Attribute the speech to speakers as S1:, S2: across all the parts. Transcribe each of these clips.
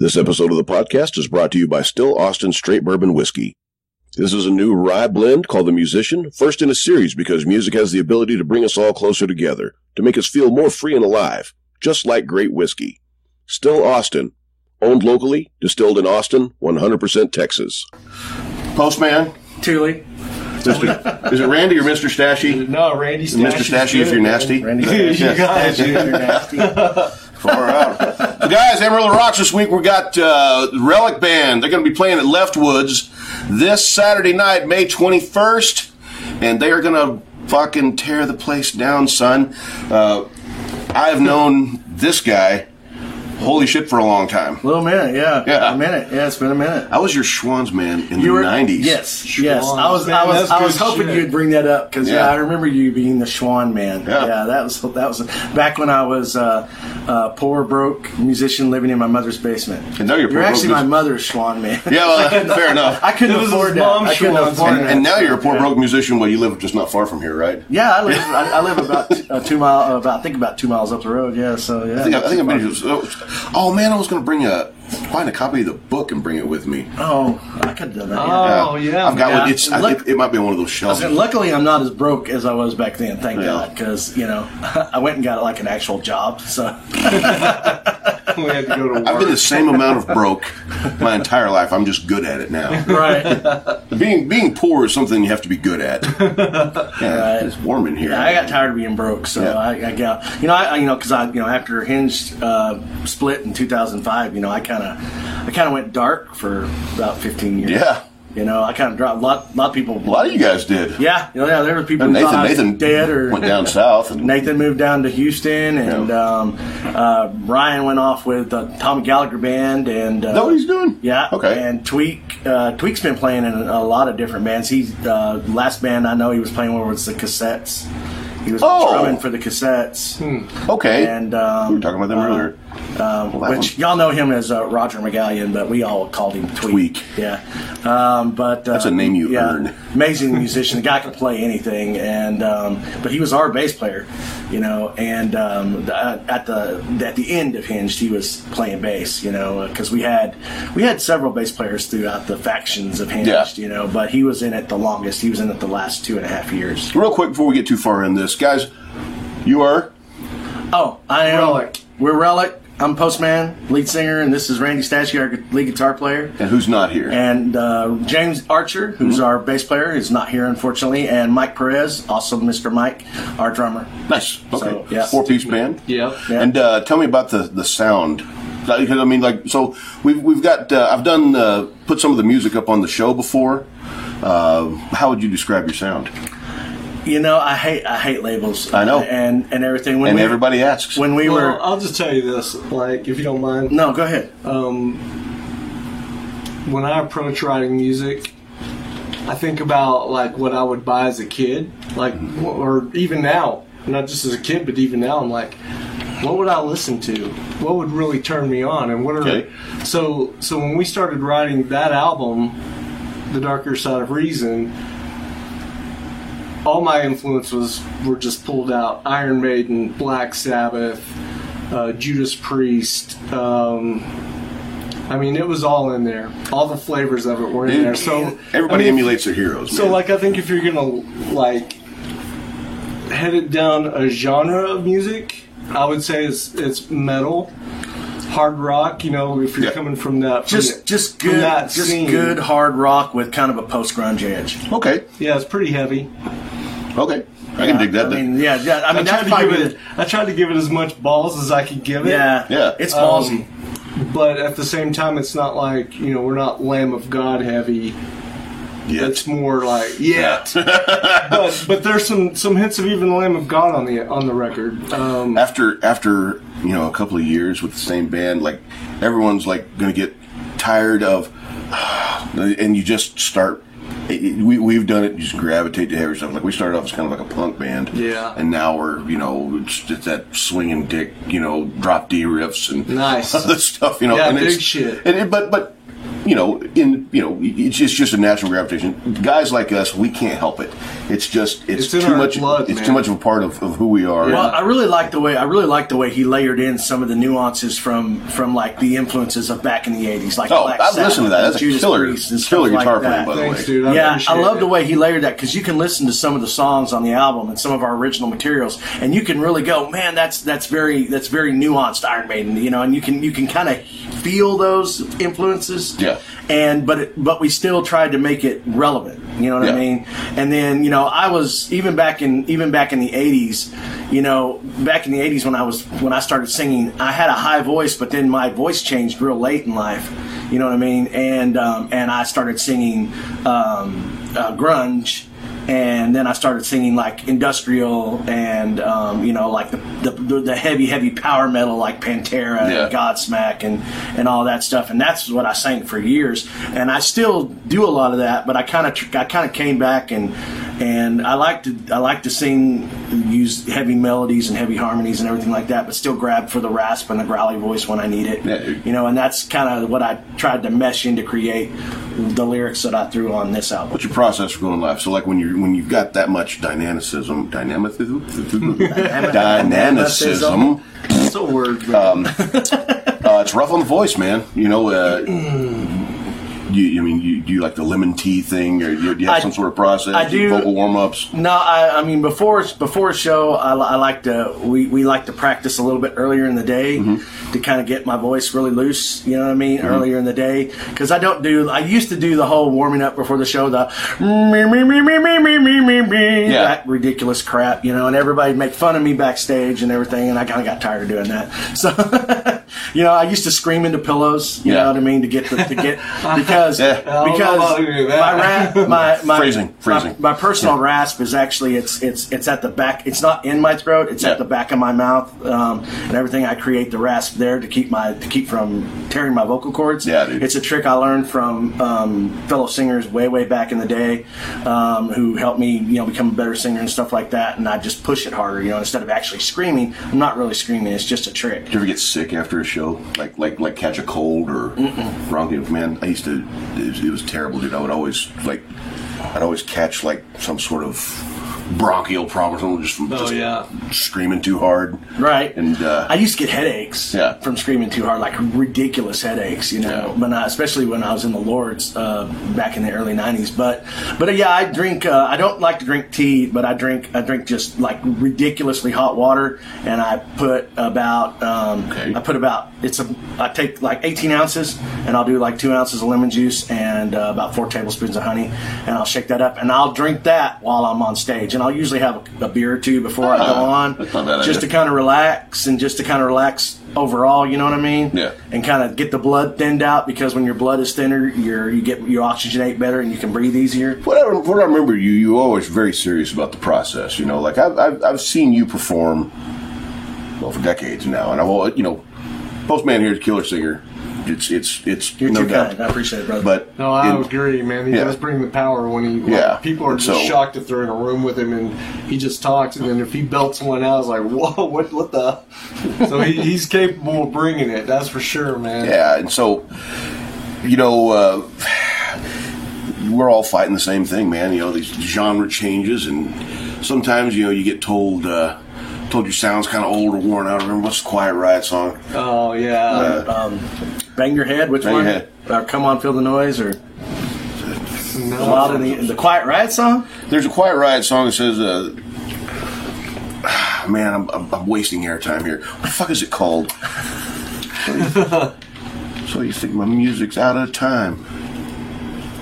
S1: This episode of the podcast is brought to you by Still Austin Straight Bourbon Whiskey. This is a new rye blend called The Musician, first in a series because music has the ability to bring us all closer together, to make us feel more free and alive, just like great whiskey. Still Austin, owned locally, distilled in Austin, 100% Texas. Postman,
S2: Tuli.
S1: Mr. is it Randy or Mr. Stashy?
S2: No, Randy Stashy.
S1: Mr. Stashy, if you're nasty.
S2: Randy you guys, you- you're nasty.
S1: Far out. So guys, Amarillo Rocks this week. We got uh, Relic Band. They're going to be playing at Leftwoods this Saturday night, May 21st, and they are going to fucking tear the place down, son. Uh, I've known this guy, holy shit, for a long time.
S2: Little minute, yeah.
S1: Yeah.
S2: A minute. Yeah, it's been a minute.
S1: I was your Schwann's man in the 90s.
S2: Yes, yes. I was,
S3: man,
S2: I was,
S3: that's
S2: I was
S3: good
S2: hoping
S3: shit.
S2: you'd bring that up because yeah.
S1: Yeah.
S2: I remember you being the Schwan man.
S1: Yeah.
S2: that was that was back when I was uh, uh, poor, broke musician living in my mother's basement.
S1: And now you're
S2: You're
S1: poor, broke
S2: actually
S1: mus-
S2: my mother's Schwan man.
S1: Yeah, well, fair enough.
S2: I couldn't
S3: It was
S2: afford
S3: his
S2: that.
S3: mom's
S2: I couldn't
S3: Schwan's
S2: afford
S3: man.
S2: that.
S1: and now you're a poor broke musician. Well, you live just not far from here, right?
S2: Yeah, I live. I, I live about uh, two mile, about I think about two miles up the road. Yeah, so yeah.
S1: I think I, I think I've been. to- Oh man, I was going to bring a find a copy of the book and bring it with me.
S2: Oh, I could have done that. yeah.
S3: Oh yeah,
S1: uh, I've got
S3: man.
S1: one. It's I,
S2: Look-
S1: it, it might be one of those shelves.
S2: And luckily, I'm not as broke as I was back then. Thank
S1: Yeah.
S2: God, because you know, I went and got like an actual job. So
S3: we had to go to work.
S1: I've been the same amount of broke my entire life. I'm just good at it now.
S2: right,
S1: Being being poor is something you have to be good at. Yeah, it's warm in here.
S2: I got tired of being broke. So
S1: Yeah.
S2: I, I got you know, I I- you know, because I you know after Hinge uh, split in 2005, you know, I kind of I kind of went dark for about 15 years.
S1: Yeah.
S2: you know, I kind of dropped a lot. lot of
S1: a
S2: people.
S1: lot of you guys did.
S2: Yeah, you know, yeah, there were people. who thought
S1: Nathan
S2: I was
S1: Nathan
S2: dead or
S1: went down south and
S2: Nathan moved down to Houston, and
S1: Yeah.
S2: um, uh, Ryan went off with the Tom Gallagher band, and uh,
S1: Is that what he's doing?
S2: Yeah.
S1: Okay.
S2: And Tweak, uh, Tweak's been playing in a lot of different bands. He uh, last band I know he was playing with was the Cassettes. He was
S1: Oh. Hmm.
S2: drumming for the Cassettes,
S1: okay.
S2: and um,
S1: we were talking about them
S2: uh,
S1: earlier.
S2: um,
S1: that
S2: which y'all know him as uh, Roger McGallion, but we all called him Tweak.
S1: Tweak.
S2: Yeah, um, but uh,
S1: That's a name you
S2: yeah,
S1: earn.
S2: Amazing musician. The guy can play anything, and um, but he was our bass player, you know. And um, the- at the at the end of Hinged, he was playing bass, you know, because we had we had several bass players throughout the factions of Hinged,
S1: Yeah.
S2: you know. But he was in it the longest. He was in it the last two and a half years.
S1: Real quick before we get too far in this, guys, you are
S2: Oh, I am.
S3: Relic.
S2: We're Relic. I'm Postman, lead singer, and this is Randy Stashy, our gu- lead guitar player.
S1: and who's not here?
S2: and uh, James Archer, who's
S1: Mm-hmm.
S2: our bass player, is not here unfortunately, and Mike Perez, also Mr. Mike, our drummer.
S1: Nice. Okay.
S2: So, yeah.
S1: Four piece band.
S3: Yeah.
S2: Yeah.
S1: And uh, tell me about the the sound. Because I mean, like, so we've we've got. Uh, I've done uh, put some of the music up on the show before. Uh, how would you describe your sound?
S2: You know, I hate I hate labels.
S1: I know.
S2: and and everything. When
S1: And
S2: we,
S1: everybody asks.
S2: when we
S3: Well, um, uh,
S2: were
S3: I'll just tell you this, like if you don't mind,
S2: no, go ahead.
S3: when I approach writing music, I think about like what I would buy as a kid, like or even now, not just as a kid, but even now, I'm like, what would I listen to? What would really turn me on? And what are
S1: Okay.
S3: so so when we started writing that album, The Darker Side of Reason. All my influences were just pulled out: Iron Maiden, Black Sabbath, uh, Judas Priest, um, I mean, it was all in there. All the flavors of it were in there. So
S1: everybody
S3: I mean,
S1: emulates their heroes.
S3: So,
S1: man.
S3: like, I think if you're gonna like head it down a genre of music, I would say it's it's metal, hard rock. You know, if you're
S1: Yeah.
S3: coming from that, from
S2: Just
S3: the-
S2: just
S3: from
S2: good
S3: that
S2: just
S3: scene.
S2: good hard rock with kind of a post grunge edge.
S1: okay,
S3: Yeah, it's pretty heavy.
S1: okay, I can dig that.
S2: I
S1: then.
S2: mean, yeah, yeah. I mean,
S3: I
S2: that's
S3: tried to
S2: probably
S3: give it.
S2: the-
S3: I tried to give it as much balls as I could give it.
S2: yeah,
S1: Yeah.
S2: It's
S1: Um,
S2: ballsy.
S3: But at the same time, it's not like you know we're not Lamb of God heavy.
S1: Yeah.
S3: It's more like yeah, but but there's some some hints of even Lamb of God on the on the record. Um,
S1: after after you know a couple of years with the same band, like everyone's like going to get tired of, and you just start. We we've done it. You just gravitate to heavier stuff. Like we started off as kind of like a punk band,
S3: Yeah.
S1: And now we're you know it's, it's that swinging dick, you know, drop D riffs and
S3: Nice.
S1: other stuff, you know.
S3: Yeah,
S1: and
S3: big
S1: it's-
S3: shit.
S1: And it, but but you know, in you know, it's just, it's just a natural gravitation. Guys like us, we can't help it. It's just it's,
S3: It's in
S1: too
S3: our
S1: much.
S3: blood,
S1: it's
S3: man.
S1: too much of a part of, of who we are.
S2: Well, I really like the way I really like the way he layered in some of the nuances from from like the influences of back in the eighties, like
S1: Oh,
S2: Black
S1: I've
S2: Sabbath
S1: listened to that.
S2: and
S1: That's a
S2: Judas
S1: killer-
S2: Priest and stuff
S1: killer
S2: like
S1: guitar playing,
S2: that.
S1: by the way.
S3: Thanks, dude. I
S2: yeah, I
S3: appreciate
S2: love the
S3: it.
S2: way he layered that because you can listen to some of the songs on the album and some of our original materials, and you can really go, man, that's that's very that's very nuanced Iron Maiden, you know, and you can you can kind of feel those influences.
S1: Yeah.
S2: And but it, but we still tried to make it relevant. You know what
S1: Yeah.
S2: I mean? And then you know I was even back in even back in the '80s, you know, back in the '80s when I was when I started singing, I had a high voice, but then my voice changed real late in life. You know what I mean? And um, and I started singing um, uh, grunge. And then I started singing like industrial and um, you know like the, the the heavy heavy power metal like Pantera
S1: Yeah.
S2: and Godsmack and and all that stuff, and that's what I sang for years. And I still do a lot of that, but I kind of tr- I kind of came back and and I like to I like to sing use heavy melodies and heavy harmonies and everything like that, but still grab for the rasp and the growly voice when I need it.
S1: Yeah.
S2: You know, and that's kind of what I tried to mesh in to create the lyrics that I threw on this album.
S1: What's your process for going live? So, like when you when you've got that much dynamicism, dynamicism, dynamicism.
S3: That's a word, man.
S1: Uh, it's rough on the voice, man. You know, uh, you, I mean, you do you like the lemon tea thing, or do you, do you have
S2: I-
S1: some sort of process?
S2: I do-
S1: vocal warm ups.
S2: No, I, I mean before before a show, I, li- I like to we, we like to practice a little bit earlier in the day
S1: Mm-hmm.
S2: to kind of get my voice really loose. You know what I mean? Earlier in the day because I don't do I used to do the whole warming up before the show the me me me me me me me me me
S1: Yeah.
S2: that ridiculous crap you know and everybody make fun of me backstage and everything and I kind of got tired of doing that so. You know, I used to scream into pillows. You
S1: Yeah.
S2: know what I mean to get the, to get because
S1: Yeah. I
S3: don't know
S2: because
S3: about you, that.
S2: my rap my, my
S1: Phrasing, phrasing.
S2: my, my personal rasp is actually it's it's it's at the back. It's not in my throat. It's
S1: Yeah.
S2: at the back of my mouth, um, and everything I create the rasp there to keep my to keep from tearing my vocal cords.
S1: Yeah, dude.
S2: it's a trick I learned from um, fellow singers way way back in the day, um, who helped me you know become a better singer and stuff like that. And I just push it harder, you know, instead of actually screaming. I'm not really screaming. It's just a trick.
S1: Do you ever get sick after a show? Like, like, like catch a cold or wrong thing? Man, I used to. It was, it was terrible, dude. I would always like, I'd always catch like some sort of bronchial problem or something just from
S3: Oh,
S1: just
S3: yeah.
S1: screaming too hard.
S2: Right.
S1: And uh,
S2: I used to get headaches
S1: Yeah.
S2: from screaming too hard, like ridiculous headaches, you know,
S1: Yeah.
S2: when I, especially when I was in the Lord's uh, back in the early 90s. But, but uh, yeah, I drink, uh, I don't like to drink tea, but I drink, I drink just like ridiculously hot water. And I put about, um,
S1: Okay.
S2: I put about, it's a, I take like 18 ounces and I'll do like two ounces of lemon juice and uh, about four tablespoons of honey. And I'll shake that up and I'll drink that while I'm on stage. And I'll usually have a, a beer or two before I go
S1: Ah,
S2: on
S1: that's not a bad idea.
S2: just to kind of relax and just to kind of relax overall. You know what I mean?
S1: Yeah.
S2: And kind of get the blood thinned out because when your blood is thinner, you're you get you oxygenate better and you can breathe easier.
S1: What I, what I remember you, you were always very serious about the process. You know, like I've, I've, I've seen you perform, well, for decades now, and I've, al- you know, Postman here is a killer singer. It's, it's, it's
S2: You're
S1: no
S2: too
S1: doubt.
S2: kind. I appreciate it, brother.
S1: But
S3: No, I
S1: it-
S3: agree, man. He
S1: Yeah.
S3: does bring the power when he. like,
S1: Yeah.
S3: People are
S1: And
S3: just
S1: so-
S3: shocked if they're in a room with him and he just talks, and then if he belts one out, it's like, whoa, what, what the? so he, he's capable of bringing it. That's for sure, man.
S1: Yeah, and so, you know, uh, we're all fighting the same thing, man. You know, these genre changes, and sometimes you know you get told uh, told your sound's kind of old or worn out. Remember what's the Quiet Riot song?
S3: Oh yeah.
S1: Uh,
S2: um, bang your head. Which
S1: Bang Your
S2: one?
S1: Head.
S2: Or come on, feel the noise, or
S3: no.
S2: loud in the, the quiet riot song.
S1: There's a Quiet Riot song that says, uh, "Man, I'm, I'm, I'm wasting airtime here. What the fuck is it called?" so you think my music's out of time?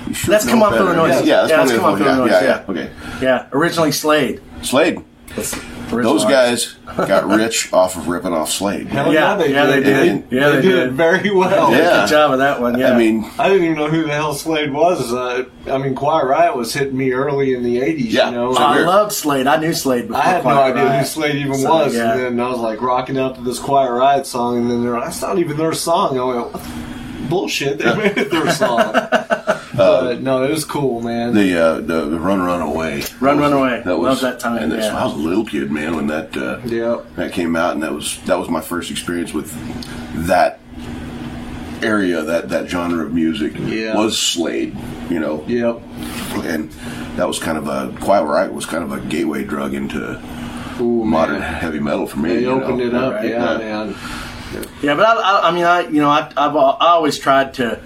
S1: You should
S2: That's
S1: know
S2: Come On,
S1: better.
S2: Feel the Noise.
S1: Yeah, that's
S2: Yeah, that's
S1: Come On, Feel the Noise. Yeah,
S2: Noise,
S1: yeah,
S2: Yeah, originally Slade.
S1: okay. Slade.
S2: That's
S1: Those
S2: original
S1: guys got rich off of ripping off Slade.
S3: Hell
S2: Yeah, yeah, they
S1: did.
S2: Yeah, they
S3: did
S2: did.
S3: it very well.
S1: Yeah.
S2: Good job with that one. Yeah.
S1: I mean,
S3: I didn't even know who the hell Slade was. Uh, I mean, Quiet Riot was hitting me early in the '80s.
S1: Yeah.
S3: You know,
S1: So
S2: Oh, I
S1: weird.
S2: loved Slade. I knew Slade before.
S3: I had no
S2: Quiet
S3: idea who
S2: Riot.
S3: Slade even
S2: So,
S3: was,
S2: yeah.
S3: and then I was like rocking out to this Quiet Riot song, and then they're like, that's not even their song. I went, what the bullshit, they made it their song. but no, it was cool, man.
S1: the, uh, the the run run away,
S2: Run, Run
S1: That was-
S2: Away. Love that time,
S1: And that's-
S2: yeah.
S1: I was a little kid, man, when that uh,
S3: Yep.
S1: that came out, and that was that was my first experience with that
S4: area that that genre of music
S3: Yeah.
S4: was Slade. You know,
S3: Yep.
S4: and that was kind of a Quiet Riot was kind of a gateway drug into
S3: Ooh,
S4: modern
S3: man.
S4: heavy metal for me.
S3: They
S4: you know?
S3: opened it up.
S2: right?
S3: Yeah,
S4: Yeah.
S3: man.
S2: Yeah, but I, I, I mean, I you know, I, I've al- I always tried to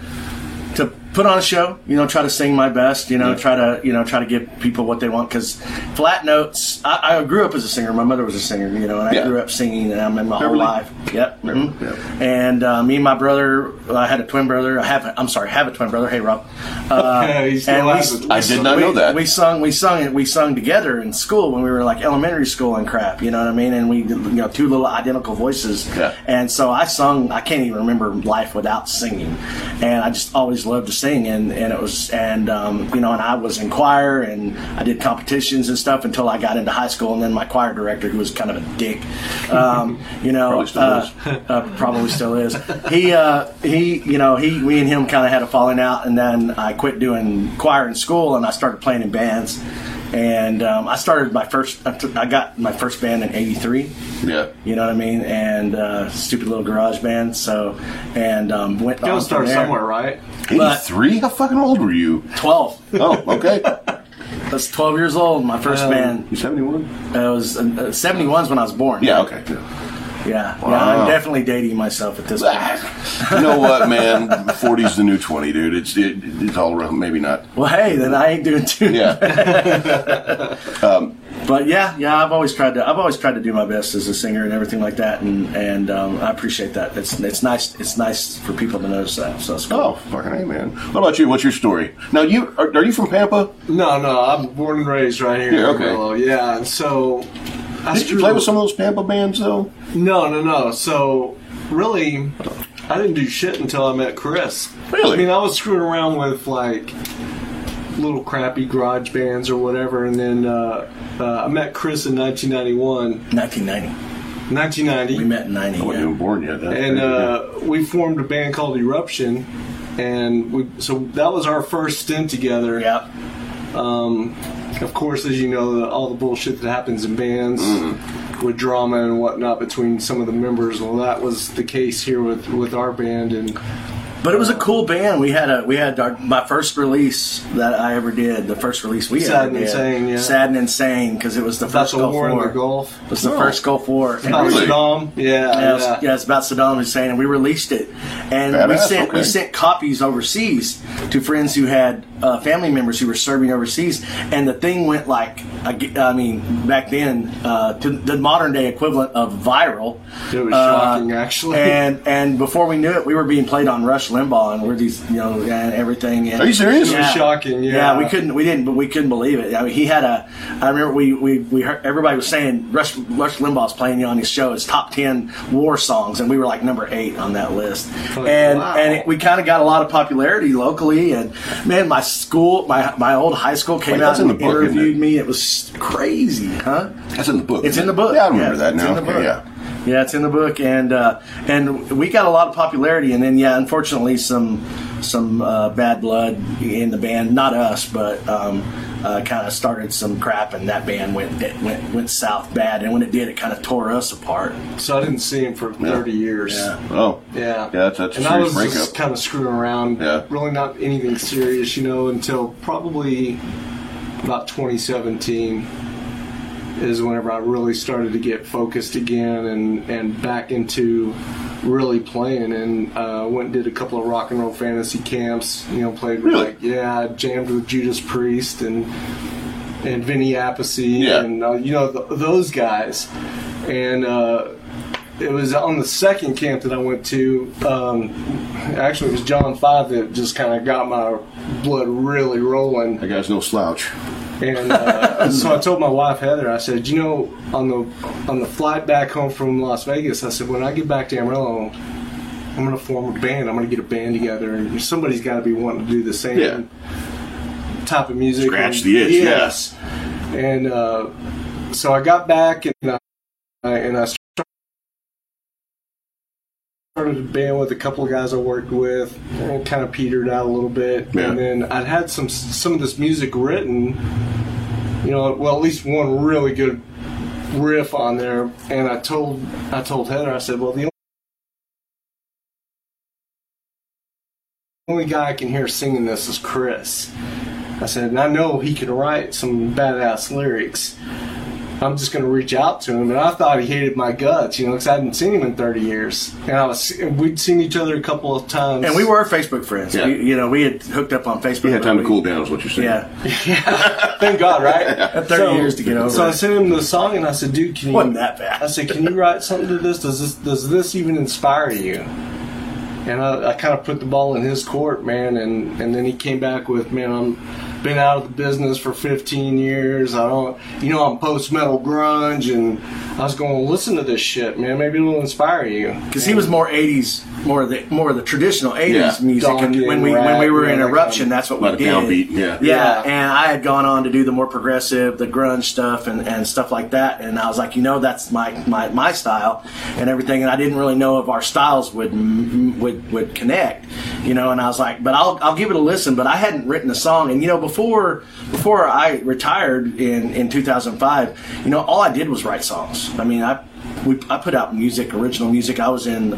S2: to put on a show. You know, try to sing my best. You know, try to you know try to give people what they want because flat notes. I, I grew up as a singer. My mother was a singer. You know, and I
S4: Yeah.
S2: grew up singing, and I'm in my
S4: Beverly?
S2: whole life. Yep.
S4: Beverly,
S2: mhm.
S4: yeah.
S2: And uh, me and my brother, I had a twin brother. I have. A, I'm sorry, I have a twin brother. Hey, Rob. Uh,
S3: He still
S2: and we-
S3: has it.
S4: I did not
S2: we,
S4: know that.
S2: We sung, we sung, it. we sung together in school when we were like elementary school and crap. You know what I mean? And we, you know, two little identical voices.
S4: Yeah.
S2: And so I sung. I can't even remember life without singing, and I just always loved to sing. And and it was and um, you know, and I was in choir and I did competitions and stuff until I got into high school. And then my choir director, who was kind of a dick, um, you know,
S4: Probably still
S2: uh,
S4: is.
S2: uh, probably still is. He, uh, he, you know, he, we and him kind of had a falling out, and then I quit doing choir in school, and I started playing in bands. And um, I started my first, I took- I got my first band in '83.
S4: Yeah.
S2: You know what I mean? And uh, stupid little garage band. So, and um, went.
S3: Gotta
S2: on from
S3: start
S2: there.
S3: somewhere, right?
S2: But-
S4: 83? How fucking old were you?
S2: Twelve.
S4: Oh, okay.
S2: That's twelve years old. My first
S3: Um,
S2: band.
S4: You 71?
S2: It was uh, '71's when I was born.
S4: Yeah, okay.
S2: Yeah. Yeah.
S4: Wow.
S2: I'm definitely dating myself at this point.
S4: Ah, you know what, man? 40's the new 20, dude. It's it, it's all around. Maybe not.
S2: Well, hey, then I ain't doing too
S4: Yeah.
S2: But yeah, yeah, I've always tried to. I've always tried to do my best as a singer and everything like that, and and um, I appreciate that. It's it's nice. It's nice for people to notice that. So it's cool.
S4: Oh, fucking hey, man. What about you? What's your story? Now, you are, are you from Pampa?
S3: No, no. I'm born and raised right here.
S4: Yeah,
S3: in
S4: okay.
S3: Amarillo. Yeah. And so, I
S4: Did you
S3: screwed-
S4: play with some of those Pampa bands, though?
S3: No, no, no. So, really, I didn't do shit until I met Chris.
S4: Really?
S3: I mean, I was screwing around with like little crappy garage bands or whatever, and then uh, uh, I met Chris in 1991,
S2: 1990. We
S3: 1990,
S2: met in '90.
S4: I
S3: Oh,
S4: wasn't
S2: yeah.
S4: even born yet. That-
S3: and uh, we formed a band called Eruption, and we so that was our first stint together.
S2: yeah.
S3: Of course, as you know, the, all the bullshit that happens in bands with drama and whatnot between some of the members. Well, that was the case here with with our band, and
S2: But it was a cool band. We had a we had our, my first release that I ever did. The first release we
S3: Sad
S2: ever
S3: and
S2: did.
S3: Insane, yeah.
S2: Sad and insane because it was the
S3: that's
S2: first
S3: a
S2: Gulf
S3: war
S2: War.
S3: in the Gulf.
S2: It was the first Gulf War. And
S3: About
S4: Really?
S3: Saddam.
S2: Yeah,
S3: Yeah,
S2: it's-
S3: yeah.
S2: yeah, it's about Saddam Hussein, and we released it, and we
S4: Badass,
S2: sent we
S4: okay.
S2: sent copies overseas to friends who had uh, family members who were serving overseas, and the thing went like I, ge- I mean back then uh, to the modern day equivalent of viral.
S3: It
S2: Uh,
S3: was shocking, actually.
S2: and and before we knew it, we were being played on Rush Limbaugh, and we're these you know and everything. And
S4: Are you serious?
S3: It was shocking, yeah.
S2: we couldn't, we didn't, but we couldn't believe it. I mean, he had a. I remember we we, we heard everybody was saying Rush Rush Limbaugh's playing on his show. It's top ten war songs, and we were like number eight on that list. and
S3: wow.
S2: and it, we kind of got a lot of popularity locally. And man, my school, my my old high school came
S4: Wait,
S2: out
S4: that's in
S2: and
S4: the book, isn't
S2: interviewed
S4: it?
S2: me. It was crazy, huh?
S4: That's in the book.
S2: It's in the book.
S4: Yeah, I remember that
S2: it's
S4: now.
S2: in the
S4: Okay,
S2: book.
S4: yeah.
S2: Yeah, it's in the book, and uh, and we got a lot of popularity, and then yeah, unfortunately, some some uh, bad blood in the band. Not us, but um, uh, kind of started some crap, and that band went it went went south bad. And when it did, it kind of tore us apart.
S3: So I didn't see him for 30 years.
S2: Yeah.
S4: Oh.
S3: Yeah.
S4: Yeah, that's, that's a
S3: and I
S4: serious
S3: was
S4: breakup.
S3: just kind of screwing around.
S4: Yeah.
S3: Really not anything serious, you know, until probably about 2017 is whenever I really started to get focused again and, and back into really playing and uh, went and did a couple of rock and roll fantasy camps, you know, played with
S4: Really?
S3: like, yeah, I jammed with Judas Priest and and Vinny Appice
S4: Yeah.
S3: and uh, you know th- those guys. And uh, it was on the second camp that I went to. Um, actually, it was John Five that just kind of got my blood really rolling.
S4: That guy's no slouch.
S3: And uh, so I told my wife Heather, I said, you know, on the on the flight back home from Las Vegas, I said, when I get back to Amarillo, I'm gonna form a band. I'm gonna get a band together, and somebody's got to be wanting to do the same
S4: Yeah.
S3: type of music.
S4: Scratch
S3: And-
S4: the itch, yeah.
S3: yes. And uh, so I got back and uh, I, I- and I started a band with a couple of guys I worked with, and it kind of petered out a little bit.
S4: Yeah.
S3: And then I'd had some some of this music written, you know, well at least one really good riff on there. And I told I told Heather, I said, well the only guy I can hear singing this is Chris. I said, and I know he can write some badass lyrics. I'm just going to reach out to him. And I thought he hated my guts, you know, because I hadn't seen him in 30 years. And I was, and we'd seen each other a couple of times.
S2: And we were Facebook friends.
S1: Yeah.
S2: We, you know, we had hooked up on Facebook.
S1: You had
S2: but
S1: time to
S2: we-
S1: cool down, is what you're saying.
S2: Yeah,
S3: Thank God, right?
S2: Had 30 years to get over
S3: So I
S2: it.
S3: sent him the song and I said, dude, can you.
S2: Wasn't that bad.
S3: I said, can you write something to this? Does this, does this even inspire you? And I, I kind of put the ball in his court, man. And, and then he came back with, man, I'm been out of the business for 15 years. I don't, you know, I'm post metal grunge, and I was going to listen to this shit, man. Maybe it'll inspire you.
S2: because he was more '80s, more of the more of the traditional '80s
S1: Yeah.
S2: music.
S3: Donkey
S2: And when
S3: and
S2: we when
S3: rap,
S2: we were
S3: yeah,
S2: in
S3: that kind
S2: eruption,
S3: of-
S2: that's what
S1: Lot of
S2: we did.
S1: downbeat, yeah.
S2: yeah,
S3: Yeah.
S2: And I had gone on to do the more progressive, the grunge stuff, and, and stuff like that. And I was like, you know, that's my, my, my style and everything. And I didn't really know if our styles would m- would would connect, you know. And I was like, but I'll I'll give it a listen. But I hadn't written a song, and you know, before before I retired in in 2005, you know, all I did was write songs. I mean, I we, I put out music, original music. I was in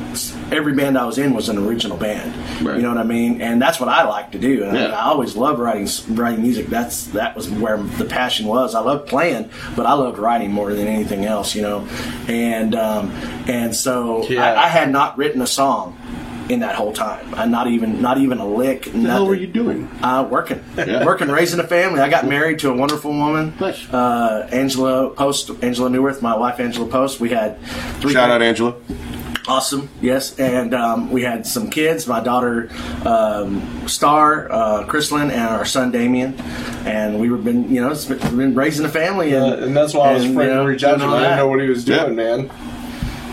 S2: every band I was in was an original band.
S1: Right.
S2: You know what I mean? And that's what I like to do. And I-
S1: Yeah.
S2: I always loved writing writing music. That's that was where the passion was. I loved playing, but I loved writing more than anything else. You know, and um, and so
S3: Yeah.
S2: I, I had not written a song in that whole time. I not even not even a lick. What
S1: What the hell were you doing?
S2: uh, working,
S1: Yeah.
S2: working, raising a family. I got married to a wonderful woman,
S1: Nice.
S2: uh, Angela Post, Angela Newworth, my wife Angela Post. We had three
S1: Shout out, Angela.
S2: Awesome. Yes, and um, we had some kids. My daughter um, Star, uh, Chrislyn, and our son Damien, and we were been you know it's been, been raising a family, and,
S3: Uh, and that's why I was
S2: and,
S3: afraid
S2: you
S3: to
S2: know,
S3: reach out to
S2: doing
S3: him.
S2: all
S3: I didn't
S2: that.
S3: know what he was doing,
S1: Yeah.
S3: man.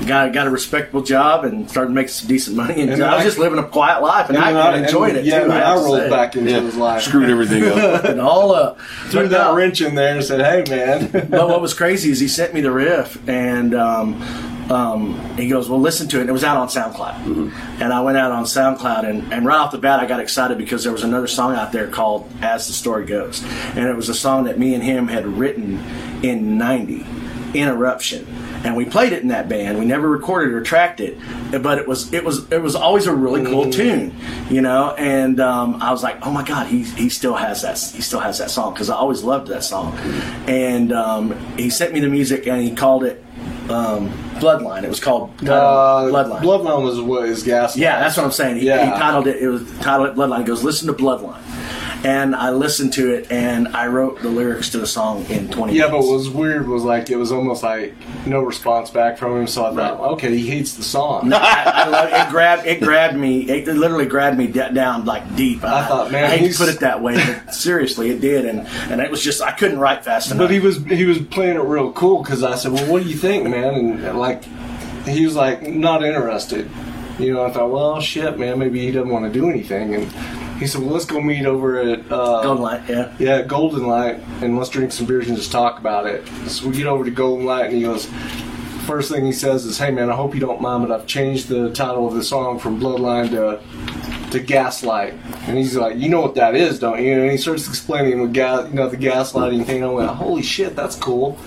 S2: Got got a respectable job and started making some decent money, and,
S3: And
S2: I was
S3: I-
S2: just living a quiet life, and,
S3: And
S2: I,
S3: and-
S2: enjoyed it
S3: Yeah,
S2: too.
S3: man, I,
S2: have to
S3: rolled
S2: say.
S3: back into
S1: Yeah.
S3: his life.
S1: Screwed everything up.
S2: and all up.
S3: Threw
S2: But,
S3: that
S2: uh,
S3: wrench in there and said, hey, man.
S2: but what was crazy is he sent me the riff and um, um, he goes, Well, listen to it. And it was out on SoundCloud. And I went out on SoundCloud and, and right off the bat, I got excited because there was another song out there called As the Story Goes. And it was a song that me and him had written in 90, Interruption. And we played it in that band. We never recorded or tracked it, but it was it was it was always a really
S3: Mm.
S2: cool tune, you know. And um, I was like, oh my god, he, he still has that he still has that song because I always loved that song. And um, he sent me the music and he called it um, Bloodline. It was called
S3: Uh,
S2: titled Bloodline.
S3: Bloodline was what his gas.
S2: Yeah, that's what I'm saying. He,
S3: Yeah.
S2: he titled it. It was titled it Bloodline. He goes, listen to Bloodline, and I listened to it and I wrote the lyrics to the song in 20.
S3: Yeah, but
S2: minutes.
S3: what was weird was like it was almost like no response back from him. So I thought,
S2: Right.
S3: okay, he hates the song.
S2: I, I love, it grabbed it grabbed me it literally grabbed me de- down like deep. I,
S3: thought, man,
S2: I hate
S3: he's-
S2: to put it that way, but seriously, it did, and and it was just I couldn't write fast enough.
S3: But he was he was playing it real cool because I said, well, what do you think, man? And like he was like not interested. You know, I thought, well, shit, man, maybe he doesn't want to do anything. And he said, well, let's go meet over at uh,
S2: Golden Light, yeah.
S3: Yeah, Golden Light, and let's drink some beers and just talk about it. So we get over to Golden Light, and he goes, first thing he says is, "Hey man, I hope you don't mind, but I've changed the title of the song from Bloodline to to Gaslight." And he's like, "You know what that is, don't you?" And he starts explaining the gas, you know, the gaslighting thing. I went, "Holy shit, that's cool."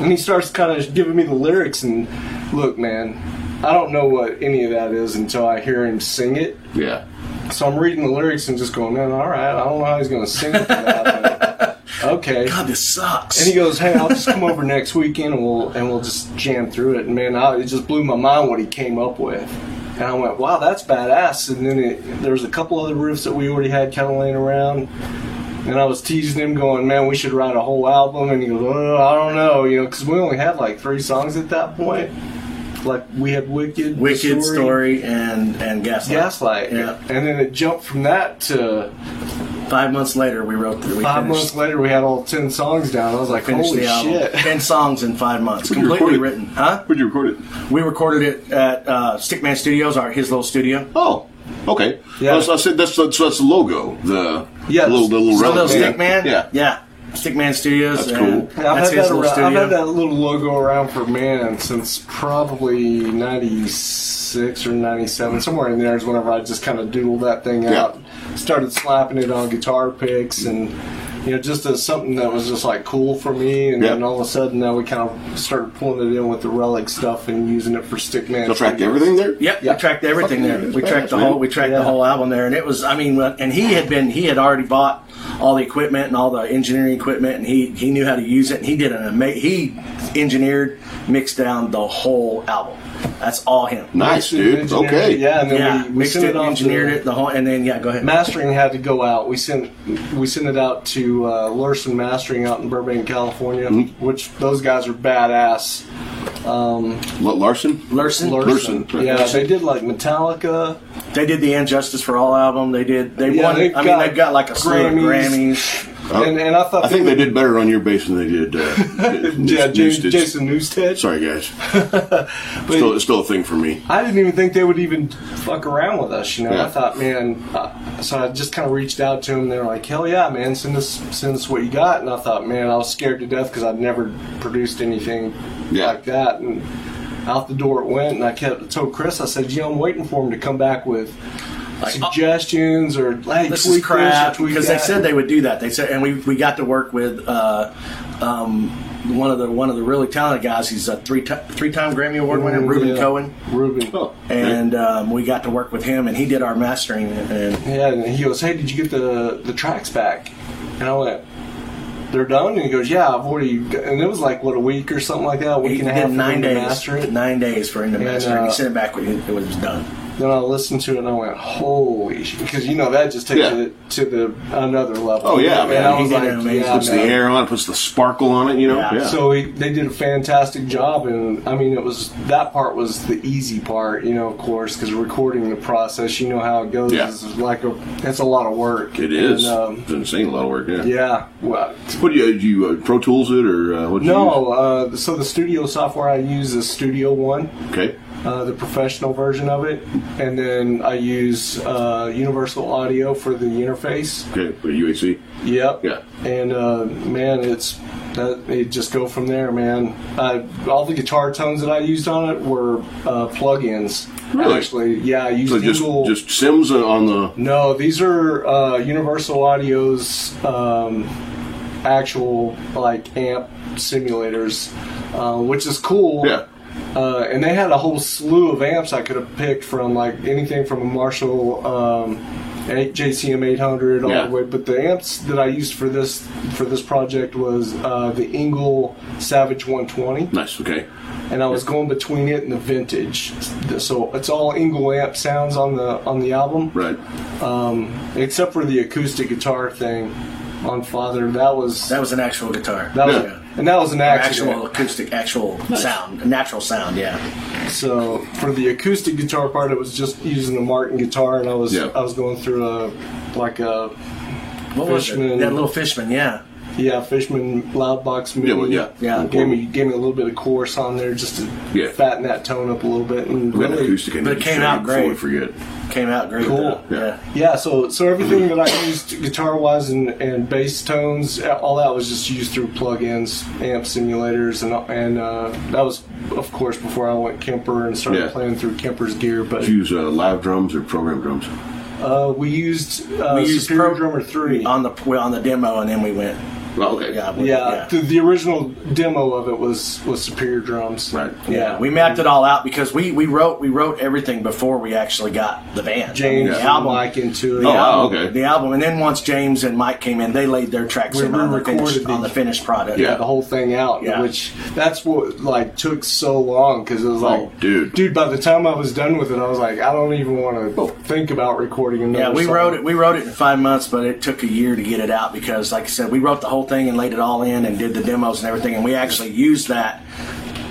S3: And he starts kind of giving me the lyrics, and look, man, I don't know what any of that is until I hear him sing it.
S1: yeah.
S3: So I'm reading the lyrics and just going, man, all right, I don't know how he's going to sing it. for that, but okay.
S2: God, this sucks.
S3: And he goes, hey, I'll just come over next weekend and we'll and we'll just jam through it. And man, I, it just blew my mind what he came up with. And I went, wow, that's badass. And then it, there was a couple other riffs that we already had kind of laying around. And I was teasing him, going, man, we should write a whole album. And he goes, oh, I don't know, you know, because we only had like three songs at that point. Like we had Wicked, The
S2: Wicked story and and Gaslight.
S3: Gaslight.
S2: Yeah.
S3: And then it jumped from that to
S2: Five months later, we wrote. The, we
S3: five
S2: finished,
S3: months later we had all ten songs down. I was like,
S2: Finished
S3: holy
S2: the album.
S3: shit.
S2: Ten songs in five months,
S1: you
S2: completely
S1: record it?
S2: written, huh?
S1: Where'd you record it?
S2: We recorded it at uh, Stickman Studios, our his little studio.
S1: Oh, okay.
S3: Yeah.
S1: Oh, so I said that's that's, that's the logo. The
S3: Yeah,
S1: little the little
S2: So
S1: relic
S2: those
S1: thing.
S2: Stickman,
S1: Yeah.
S2: yeah, Stickman Studios.
S1: That's
S2: and
S1: cool.
S3: Yeah, I've,
S2: that's
S3: had
S2: his
S3: that
S2: little
S3: around, I've
S2: studio.
S3: had that little logo around for man since probably '96 or '97, somewhere in there is whenever I just kind of doodled that thing
S1: Yeah.
S3: out, started slapping it on guitar picks and you know, just as something that was just like cool for me. And then
S1: Yeah.
S3: all of a sudden, now we kind of started pulling it in with the relic stuff and using it for stickman.
S1: They'll track everything there.
S2: Yep,
S3: Yeah.
S2: we tracked
S1: Fucking
S2: everything there.
S1: yeah,
S2: We
S1: that's
S2: tracked the
S1: badass,
S2: whole
S1: man.
S2: we tracked
S3: Yeah.
S2: the whole album there, and it was I mean, and he had been he had already bought all the equipment and all the engineering equipment, and he he knew how to use it, and he did an ama- he engineered mixed down the whole album. That's all him.
S1: Nice, dude.
S3: Engineered it,
S1: Okay.
S3: Yeah, and then
S2: yeah,
S3: we, we
S2: mixed
S3: sent
S2: it,
S3: it uh, off
S2: engineered
S3: to,
S2: it, the whole, and then yeah, go ahead.
S3: mastering had to go out. We sent we sent it out to uh, Larson Mastering out in Burbank, California,
S1: Mm-hmm.
S3: which those guys are badass. Um,
S1: L- Larson.
S2: Larson,
S3: Larson,
S1: Larson, right.
S3: yeah, they did like Metallica.
S2: they did the Injustice for All album. They did. They
S3: Yeah,
S2: won.
S3: they've
S2: I mean,
S3: got
S2: they've got like a slew of
S3: Grammys.
S2: Grammys.
S3: And, and I thought
S1: Oh. I think
S3: they,
S1: they did better on your bass than they did. Uh,
S3: yeah,
S1: Newstead's.
S3: Jason, Jason Newstead.
S1: Sorry, guys. still, it's still a thing for me.
S3: I didn't even think they would even fuck around with us, you know.
S1: Yeah.
S3: I thought, man, uh, so I just kind of reached out to them. They were like, "Hell yeah, man, send us send us what you got." And I thought, man, I was scared to death because I'd never produced anything
S1: Yeah.
S3: like that. And out the door it went, and I kept told Chris, I said, "You know, I'm waiting for him to come back with suggestions or hey,
S2: uh, this
S3: tweak
S2: is crap
S3: this or tweak
S2: because they
S3: that."
S2: said they would do that. They said, and we, we got to work with uh, um, one of the one of the really talented guys. He's a three three time Grammy Award winner, Reuben
S3: Oh, Yeah.
S2: Cohen,
S3: Ruben.
S1: Oh,
S2: and um, we got to work with him, and he did our mastering. And, and
S3: Yeah, and he goes, "Hey, did you get the the tracks back?" And I went, "They're done." And he goes, "Yeah, I've already." g-" And it was like what a week or something like that. A week
S2: he
S3: and a half
S2: did
S3: for
S2: nine
S3: them to
S2: days,
S3: master it.
S2: nine days for him to master. it.
S3: uh,
S2: he sent it back when it was done.
S3: Then I listened to it and I went, "Holy!" Because you know that just takes
S1: Yeah.
S3: it to the another level.
S1: Oh, yeah,
S3: and
S1: man.
S3: I
S2: He
S3: was
S2: did
S3: like,
S2: an amazing-
S3: "Yeah,
S1: Puts the
S3: man."
S1: air on it. Puts the sparkle on it. You know.
S2: Yeah.
S3: uh, So he, they did a fantastic job, and I mean, it was that part was the easy part, you know, of course, because recording the process, you know how it goes.
S1: Yeah.
S3: It's like a, it's a lot of work.
S1: it is.
S3: And, um,
S1: it's insane. A lot of work. Yeah.
S3: yeah, well,
S1: What do you, do you uh, Pro Tools it or uh, what?
S3: No, uh, so the studio software I use is Studio One,
S1: You use? Okay.
S3: uh, the professional version of it, and then I use uh, Universal Audio for the interface.
S1: Okay. For UAC.
S3: Yep.
S1: Yeah.
S3: And uh, man, it's that it just go from there, man. Uh, all the guitar tones that I used on it were uh, plugins.
S1: Really?
S3: Actually, yeah, I used
S1: So just
S3: Eagle.
S1: just Sims on the.
S3: No, these are uh, Universal Audio's um, actual like amp simulators, uh, which is cool.
S1: Yeah.
S3: Uh, and they had a whole slew of amps I could have picked from, like anything from a Marshall um, eight- JCM 800 all
S1: Yeah.
S3: the way. But the amps that I used for this for this project was uh, the Engel Savage 120
S1: Nice. Okay.
S3: and I was going between it and the vintage. So it's all Engel amp sounds on the on the album,
S1: Right.
S3: except for the acoustic guitar thing on Father. That was that
S2: That was an actual guitar.
S3: was
S1: Yeah.
S3: and that was an accident.
S2: Actual acoustic, actual sound, natural sound. Yeah,
S3: So for the acoustic guitar part, it was just using the Martin guitar, and I was
S1: Yeah.
S3: I was going through a like a
S2: what was it?
S3: Fishman.
S2: That little fishman. Yeah,
S3: yeah Fishman loud box mini.
S1: Yeah, well, yeah.
S2: Yeah.
S3: Gave me gave me a little bit of chorus on there just to
S1: Yeah.
S3: fatten that tone up a little bit and
S1: We got an
S3: really
S1: acoustic in
S2: But it
S1: there,
S2: came
S1: so
S2: out
S1: before we
S2: great.
S1: Forget.
S2: came out great.
S3: Cool.
S2: though.
S1: Yeah.
S2: yeah.
S3: Yeah, so so everything that I used guitar wise and, and bass tones, all that was just used through plugins, amp simulators, and and uh, that was of course before I went Kemper and started
S1: Yeah.
S3: playing through Kemper's gear. But
S1: Do you use uh, live drums or program drums?
S3: uh, we used uh,
S2: We used
S3: Superior
S2: Pro-
S3: Drummer Three.
S2: on the well, on the demo, and then we went.
S1: Well, okay.
S2: Yeah, we-
S3: yeah, The, the original demo of it was was Superior Drums.
S1: Right.
S3: Yeah,
S2: We mapped it all out because we, we wrote we wrote everything before we actually got the band.
S3: James
S2: the
S3: and
S2: album,
S3: Mike into it.
S1: Oh, wow.
S2: album,
S1: okay.
S2: the album, and then once James and Mike came in, they laid their tracks
S3: We
S2: in on the,
S3: re-recorded
S2: finished,
S3: the-
S2: on the finished product.
S1: Yeah.
S3: the whole thing out,
S2: Yeah.
S3: which that's what like took so long because it was like,
S1: dude.
S3: dude. By the time I was done with it, I was like, I don't even want to
S1: Oh.
S3: think about recording another.
S2: Yeah, we
S3: song.
S2: wrote it. We wrote it in five months, but it took a year to get it out because, like I said, we wrote the whole thing and laid it all in and did the demos and everything, and we actually used that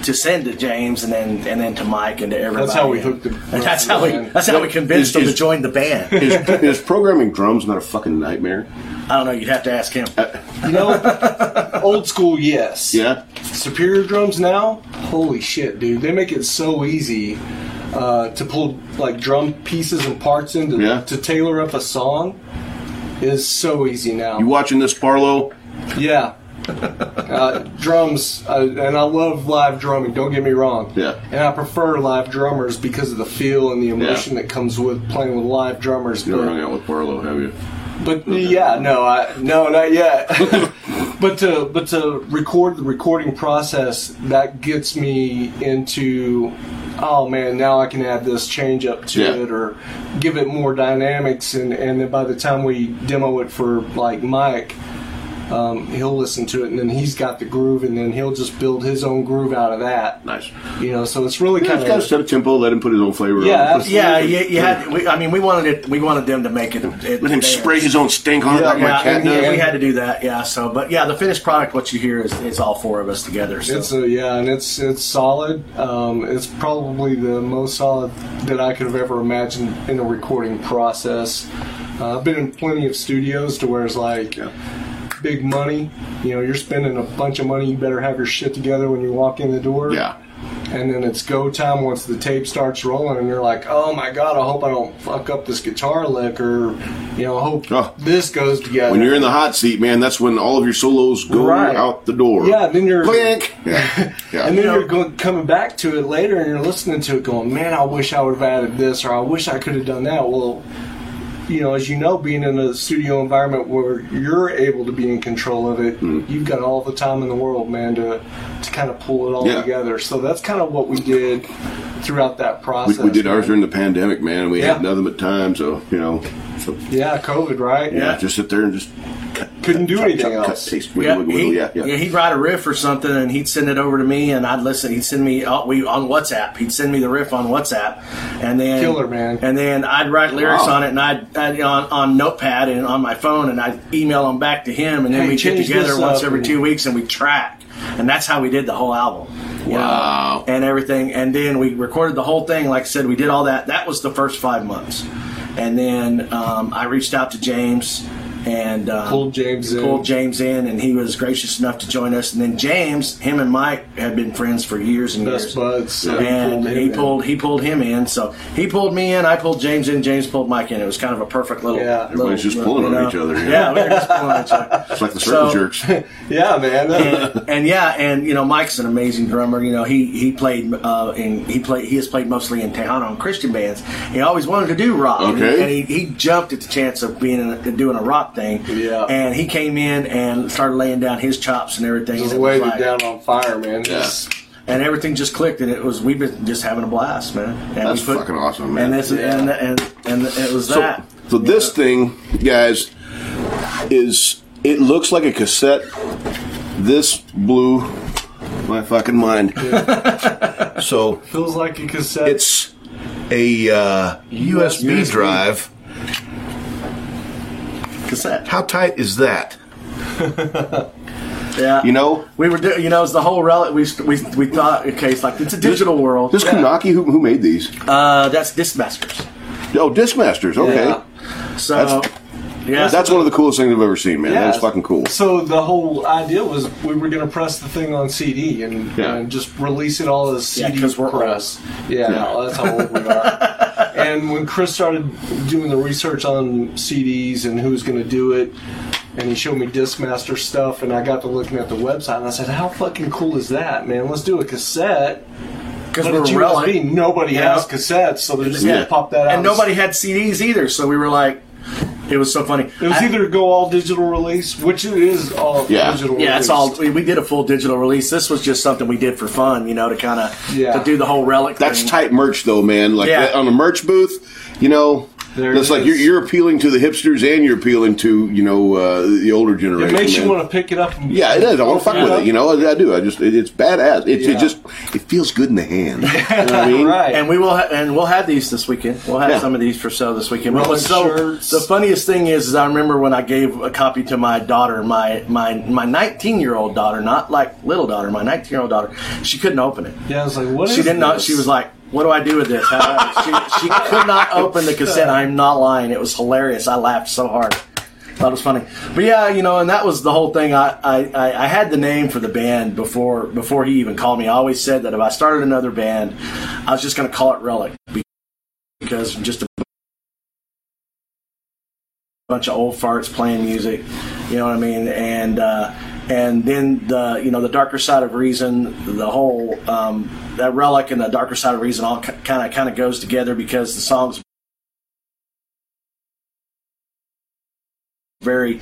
S2: to send to James and then and then to Mike and to everybody.
S3: how we
S2: And-
S3: hooked the-
S2: and that's how we that's how we convinced
S1: Is-
S2: them to
S1: is-
S2: join the band.
S1: Is, is programming drums not a fucking nightmare?
S2: I don't know. You'd have to ask him.
S3: You know, old school, yes.
S1: Yeah.
S3: Superior drums now, holy shit, dude! They make it so easy uh, to pull like drum pieces and parts into
S1: Yeah.
S3: to tailor up a song. Is so easy now.
S1: You watching this, Parlo?
S3: Yeah. Uh, drums, uh, and I love live drumming, don't get me wrong.
S1: Yeah.
S3: And I prefer live drummers because of the feel and the emotion that comes with playing with live drummers.
S1: You
S3: but
S1: haven't hung out with Parlo, have you?
S3: But yeah, no, I no, not yet. but to but to record the recording process that gets me into oh man, now I can add this change up to
S1: Yeah.
S3: it or give it more dynamics and and then by the time we demo it for like Mike um, he'll listen to it and then he's got the groove and then he'll just build his own groove out of that.
S1: Nice.
S3: You know, so it's really
S1: Yeah,
S3: kind
S1: it's got to
S3: of
S1: set a tempo, let him put his own flavor
S3: Yeah,
S1: on it.
S3: absolutely.
S2: Yeah, you, you had. We, I mean, we wanted it. We wanted them to make it. it
S1: Let him
S2: theirs.
S1: spray his own stink on it
S3: Yeah,
S1: like my
S2: Yeah,
S1: cat
S2: and, uh,
S1: does.
S2: we had to do that. Yeah. So, but yeah, the finished product, what you hear, is, is all four of us together. So.
S3: It's a, yeah, and it's it's solid. Um, it's probably the most solid that I could have ever imagined in a recording process. Uh, I've been in plenty of studios to where it's like big money. You know, you're spending a bunch of money. You better have your shit together when you walk in the door.
S1: Yeah.
S3: And then it's go time once the tape starts rolling, and you're like, "Oh my god, I hope I don't fuck up this guitar lick, or you know, I hope
S1: Oh.
S3: this goes together."
S1: When you're in the hot seat, man, that's when all of your solos go
S3: Right.
S1: out the door.
S3: Yeah, then you're-
S1: Clink! Yeah. yeah.
S3: And then
S2: You know-
S3: you're going, coming back to it later, and you're listening to it, going, "Man, I wish I would have added this, or I wish I could have done that." Well, you know, as you know, being in a studio environment where you're able to be in control of it,
S1: Mm-hmm.
S3: you've got all the time in the world, man, to to kind of pull it all
S1: Yeah.
S3: together. So that's kind of what we did throughout that
S1: we,
S3: process.
S1: we did ours
S3: man.
S1: during the pandemic, man, and we
S3: Yeah.
S1: had nothing but time, so, you know. So,
S3: Yeah, COVID, right?
S1: yeah. Just sit there and just cut,
S3: Couldn't do
S1: chop,
S3: anything
S1: chop,
S3: else.
S1: Cut, taste,
S2: Yeah,
S1: wiggle, wiggle, wiggle.
S2: he,
S1: Yeah, yeah.
S2: yeah, he'd write a riff or something, and he'd send it over to me, and I'd listen. He'd send me uh, we on WhatsApp. He'd send me the riff on WhatsApp, and then
S3: Killer, man.
S2: And then I'd write lyrics
S1: Wow.
S2: on it, and I'd, I'd on, on Notepad and on my phone, and I'd email them back to him, and then
S3: Hey,
S2: we'd get
S3: change
S2: together
S3: this
S2: once
S3: up
S2: every
S3: and-
S2: two weeks, and we'd track, and that's how we did the whole album. you know,
S1: Wow.
S2: and everything, and then we recorded the whole thing. Like I said, we did all that. That was the first five months, and then um, I reached out to James. And um,
S3: Pulled James in.
S2: Pulled James in, and he was gracious enough to join us. And then James, him and Mike had been friends for years and
S3: Best
S2: years.
S3: buds. So he
S2: and
S3: pulled him
S2: he
S3: in.
S2: pulled he pulled him in, so he pulled me in. I pulled James in. James pulled Mike in. It was kind of a perfect little.
S3: Yeah.
S2: little-
S1: Everybody's just
S2: little,
S1: pulling
S2: you
S1: on
S2: know.
S1: each other, yeah.
S2: Yeah, we were just pulling on each other.
S1: It's like the circle
S2: So-
S1: jerks.
S3: Yeah, man.
S2: and, and yeah, and you know, Mike's an amazing drummer. You know, he he played uh, and he played he has played mostly in Tejano and Christian bands. He always wanted to do rock,
S1: Okay.
S2: and, he, he jumped at the chance of being in a, doing a rock thing.
S3: Yeah.
S2: and he came in and started laying down his chops and everything.
S3: Just
S2: and it was
S3: laid
S2: like-
S3: it down on fire, man.
S1: Yeah.
S2: and everything just clicked, and it was we've been just having a blast, man. And
S1: That's
S2: we put-
S1: fucking awesome, man.
S2: And this and, and and it was
S1: So,
S2: that.
S1: so this thing, guys, is it looks like a cassette. This blew my fucking mind. so
S3: Feels like a cassette.
S1: it's a uh, USB,
S3: USB.
S1: drive.
S2: cassette.
S1: How tight is that?
S2: Yeah,
S1: You know,
S2: We were, do, you know, it was the whole relic. We, we, we thought, okay, it's like it's a digital world.
S1: this Kunaki who, who made these?
S2: Uh, that's Discmasters.
S1: Oh, Discmasters. Okay,
S3: Yeah.
S2: So,
S1: That's-
S2: yeah,
S1: that's one of the coolest things I've ever seen, man. That's fucking cool.
S3: So the whole idea was we were going to press the thing on CD and,
S1: Yeah.
S3: and just release it all as
S2: Yeah,
S3: CD
S2: 'cause we're old.
S3: press. Yeah,
S1: Yeah.
S3: that's how old we are. and when Chris started doing the research on CDs and who's going to do it, and he showed me Discmaster stuff, and I got to looking at the website, and I said, "How fucking cool is that, man? Let's do a cassette."
S2: because
S3: But
S2: we're
S3: it's USB.
S2: relic,
S3: Nobody
S2: Yeah.
S3: has cassettes, so they're just going
S1: Yeah.
S3: to pop that out.
S2: and nobody had CDs either. So we were like, it was so funny.
S3: It was
S2: I-
S3: either go all digital release, which it is all
S1: Yeah.
S3: digital.
S2: yeah, it's
S3: release.
S2: all we, we did a full digital release. This was just something we did for fun, you know, to kind of
S3: Yeah.
S2: to do the whole relic.
S1: That's
S2: thing.
S1: tight merch, though, man. Like
S2: Yeah.
S1: that on a merch booth, you know.
S3: There
S1: that's
S3: it
S1: like
S3: is.
S1: you're, you're appealing to the hipsters and you're appealing to you know uh, the older
S3: It
S1: generation.
S3: makes you
S1: man.
S3: want to pick it up. And
S1: Yeah, it is. I want to fuck with it. You know, I, I do. I just it, it's badass. It,
S3: Yeah.
S1: it just it feels good in the hand. You know what I mean?
S3: Right.
S2: And we will ha- and we'll have these this weekend. We'll have
S1: Yeah.
S2: some of these for sale this weekend. But
S3: Rolling
S2: what's so
S3: shirts.
S2: the funniest thing is, is I remember when I gave a copy to my daughter, my my my 19 year old daughter, not like little daughter, my 19 year old daughter. She couldn't open it.
S3: Yeah, I was like, what is
S2: She did not.
S3: this?
S2: She was like, "What do I do with this?" How do I-" she, she could not open the cassette. I'm not lying. It was hilarious. I laughed so hard. Thought it was funny. But yeah, you know, and that was the whole thing. I, I, I- I had the name for the band before before he even called me. I always said that if I started another band, I was just going to call it Relic because just a bunch of old farts playing music. You know what I mean? And uh, and then the you know the darker side of reason, the whole um, that relic and the darker side of reason all kind of kind of goes together because the songs very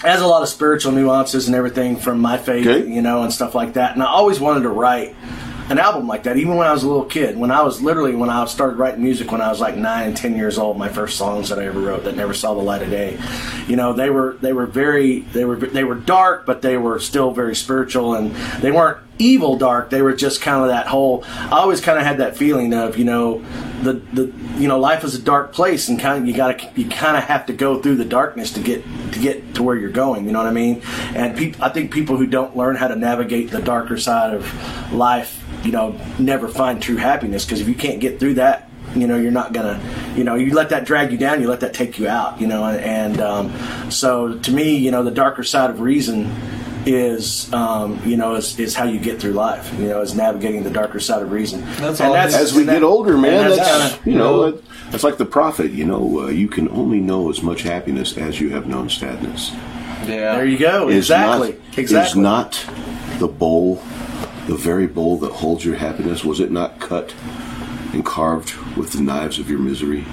S2: has a lot of spiritual nuances and everything from my faith,
S1: Okay.
S2: you know, and stuff like that. And I always wanted to write an album like that, even when I was a little kid. When I was literally when I started writing music when I was like nine and ten years old, my first songs that I ever wrote that never saw the light of day. You know, they were they were very they were they were dark, but they were still very spiritual, and they weren't evil dark. They were just kind of that whole. I always kind of had that feeling of you know the the you know life is a dark place, and kind of you gotta you kind of have to go through the darkness to get to get to where you're going. You know what I mean? And peop I think people who don't learn how to navigate the darker side of life, you know, never find true happiness because if you can't get through that you know you're not gonna you know you let that drag you down you let that take you out you know and um, so to me you know the darker side of reason is um, you know is, is how you get through life you know is navigating the darker side of reason
S3: That's
S2: And
S3: all it is.
S1: As we
S2: and that-
S1: get older, man,
S2: and
S1: that's,
S2: that's
S1: you know, that- that's like the prophet. You know, uh, you can only know as much happiness as you have known sadness.
S3: Yeah.
S2: there you go
S1: Is
S2: Oh, exactly
S1: not, Is
S2: exactly
S1: not the bowl, the very bowl that holds your happiness, was it not cut and carved with the knives of your misery?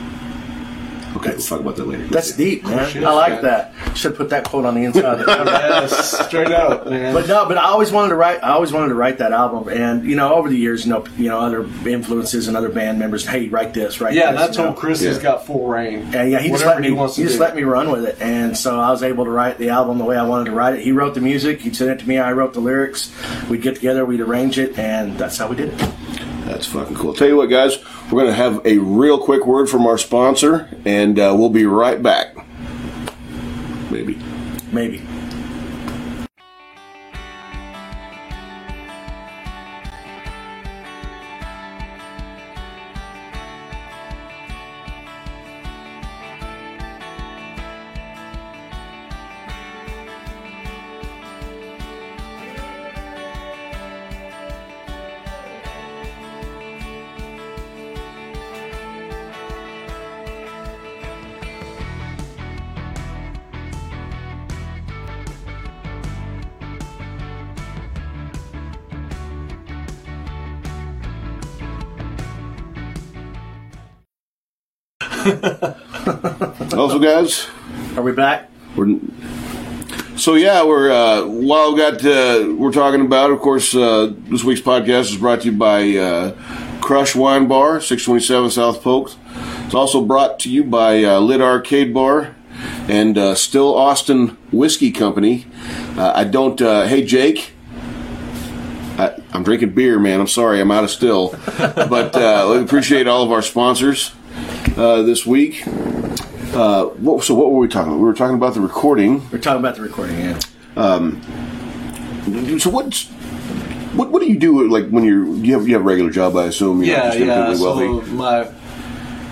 S1: Okay, we'll talk about that later.
S2: that's deep
S3: Appreciate
S2: man I like
S3: it.
S2: that should put that quote on the inside of the cover.
S3: Yes, straight out, man.
S2: But no, but I always wanted to write. I always wanted to write that album, and you know, over the years, you know, you know, other influences and other band members. Hey, write this, write
S3: yeah,
S2: this.
S3: that's
S2: you know?
S3: what Chris has
S1: Yeah.
S3: got full reign.
S2: And yeah, he just let
S3: Whatever
S2: me. He,
S3: wants to
S2: just
S3: do.
S2: let me run with it, and so I was able to write the album the way I wanted to write it. He wrote the music. He sent it to me. I wrote the lyrics. We'd get together. We'd arrange it, and that's how we did it.
S1: That's fucking cool. Tell you what, guys, we're going to have a real quick word from our sponsor, and uh, we'll be right back. Maybe.
S2: Maybe.
S1: Also, guys,
S2: Are we back?
S1: We're, so yeah, we're uh, while we got uh, we're talking about, of course, uh, this week's podcast is brought to you by uh, Crush Wine Bar, six twenty seven South Polk. It's also brought to you by uh, Lid Arcade Bar and uh, Still Austin Whiskey Company. Uh, I don't. Uh, hey, Jake. I, I'm drinking beer, man. I'm sorry, I'm out of still, but uh, we appreciate all of our sponsors uh, this week. Uh, what, so, what were we talking about? We were talking about the recording.
S2: We're talking about the recording. Yeah.
S1: So what? What what do you do like when you're you have you have a regular job? I assume. You're
S3: Yeah,
S1: not just
S3: yeah.
S1: independently
S3: So
S1: wealthy.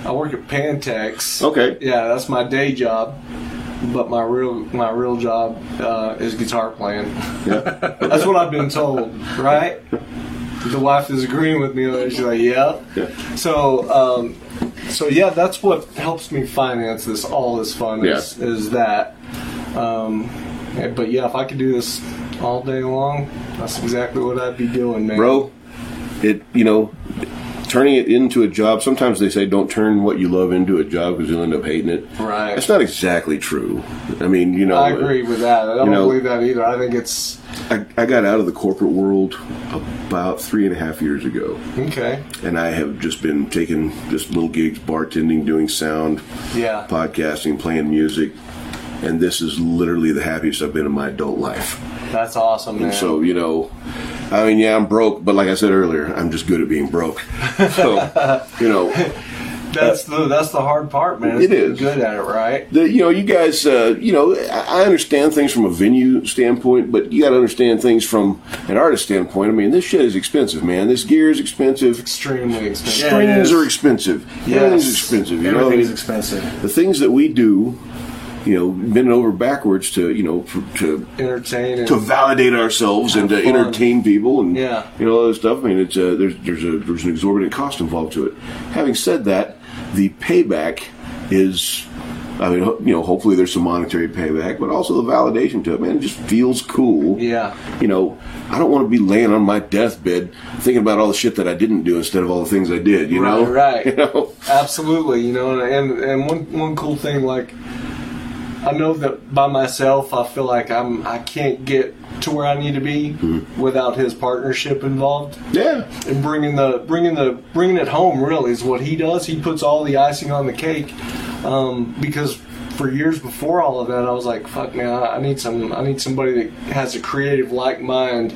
S3: my, I work at Pantex.
S1: Okay.
S3: Yeah, that's my day job. But my real my real job uh, is guitar playing. that's what I've been told, right? The wife is agreeing with me. and She's like, "Yeah."
S1: Yeah.
S3: So, um, so yeah, that's what helps me finance this. All this fun is,
S1: Yeah.
S3: is that. Um, yeah, but yeah, if I could do this all day long, that's exactly what I'd be doing, man.
S1: bro. It you know, turning it into a job. Sometimes they say don't turn what you love into a job because you'll end up hating it.
S3: Right.
S1: That's not exactly true. I mean, you know,
S3: I agree with that. I don't
S1: know-
S3: believe that either. I think it's
S1: I, I got out of the corporate world about three and a half years ago,
S3: okay.
S1: and I have just been taking just little gigs, bartending, doing sound,
S3: Yeah.
S1: podcasting, playing music, and this is literally the happiest I've been in my adult life.
S3: That's awesome, man.
S1: And so, you know, I mean, yeah, I'm broke, but like I said earlier, I'm just good at being broke. So, you know,
S3: that's the that's the hard part, man.
S1: It
S3: It's being
S1: is.
S3: good at it, right?
S1: the, you know, you guys, uh, you know, I I understand things from a venue standpoint, but you got to understand things from an artist standpoint. I mean, this shit is expensive, man. This gear is expensive.
S3: Extremely expensive.
S2: Yeah, it
S1: Strings
S2: is.
S1: are expensive.
S3: Yes.
S1: Everything's expensive. You know, I
S2: Everything's
S1: mean,
S2: expensive.
S1: the things that we do, you know, bending over backwards to, you know, for, to
S3: Entertaining.
S1: to validate ourselves and to
S3: Have fun.
S1: entertain people and
S3: Yeah.
S1: you know all that stuff. I mean, it's uh there's there's a there's an exorbitant cost involved to it. Having said that, the payback is. I mean, ho- you know, hopefully there's some monetary payback, but also the validation to it, man. It just feels cool.
S3: Yeah.
S1: You know, I don't want to be laying on my deathbed thinking about all the shit that I didn't do instead of all the things I did, you
S3: Right,
S1: know?
S3: right.
S1: You know?
S3: Absolutely, you know, and and one one cool thing like I know that by myself, I feel like I'm I can't get to where I need to be without his partnership involved
S1: Yeah.
S3: and bringing the bringing the bringing it home really is what he does. He puts all the icing on the cake um, because for years before all of that, I was like, "Fuck, man, I I need some. I need somebody that has a creative like mind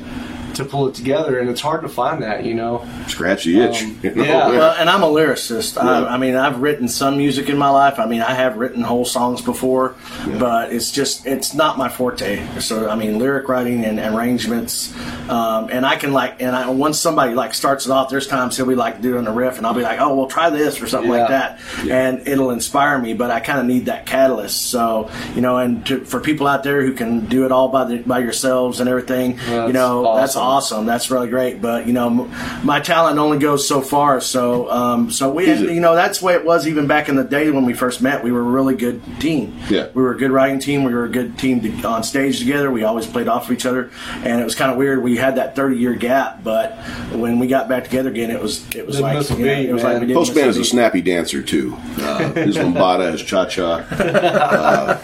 S3: to pull it together." And it's hard to find that, you know.
S1: Scratch the itch.
S3: Um,
S1: you know?
S3: yeah.
S2: Well, and I'm a lyricist.
S1: Yeah.
S2: I, I mean, I've written some music in my life. I mean, I have written whole songs before, but it's just it's not my forte. So I mean, lyric writing and arrangements, um, and I can like and I, once somebody like starts it off, there's times he'll be like doing a riff, and I'll be like, oh, well, try this or something like
S3: Yeah.
S2: that, and it'll inspire me. But I kind of need that catalyst. So you know, and to, for people out there who can do it all by the, by yourselves and everything, you
S3: That's
S2: know, that's
S3: awesome.
S2: awesome awesome. That's really great. But you know, m- my talent only goes so far. So, um, so we,
S1: Is it-
S2: you know, that's the way it was even back in the day when we first met. We were a really good team.
S1: Yeah.
S2: we were a good writing team. We were a good team to, on stage together. We always played off of each other, and it was kind of weird. We had that thirty year gap, but when we got back together again, it was it was
S3: Didn't
S2: like
S3: miss a
S2: you know,
S3: beat,
S2: it was
S3: man.
S2: like we didn't
S1: Postman
S2: miss
S1: is
S2: a
S1: a
S2: beat.
S1: snappy dancer too. Uh, his lambada, his cha cha. Uh,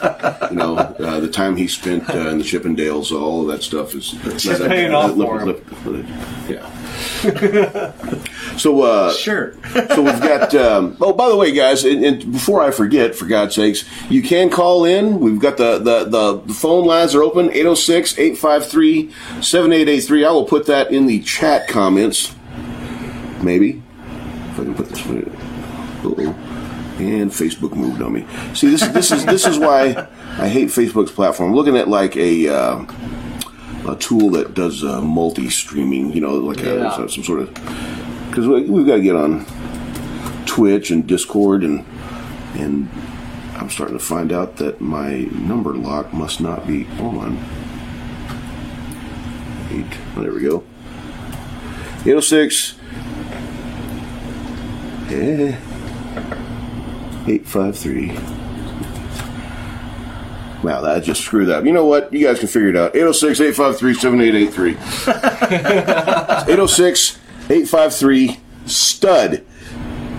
S1: you know, uh, the time he spent uh, in the Chippendales, all of that stuff is
S3: It's paying off for him.
S1: yeah. so uh,
S2: Sure.
S1: so we've got. Um, oh, by the way, guys, and, and before I forget, for God's sakes, you can call in. We've got the the, the, the phone lines are open 806-853-7883. I will put that in the chat comments. Maybe if I can put this. one- Uh-oh. And Facebook moved on me. See, this this is this is why I hate Facebook's platform. I'm looking at like a. Uh, a tool that does uh, multi-streaming, you know, like a,
S3: Yeah.
S1: some, some sort of because we, we've got to get on Twitch and Discord and and I'm starting to find out that my number lock must not be on. Eight. oh, there we go. 806. Eh. 853. Wow, that just screwed up. You know what? You guys can figure it out. 806 853 7883. 806 853 stud.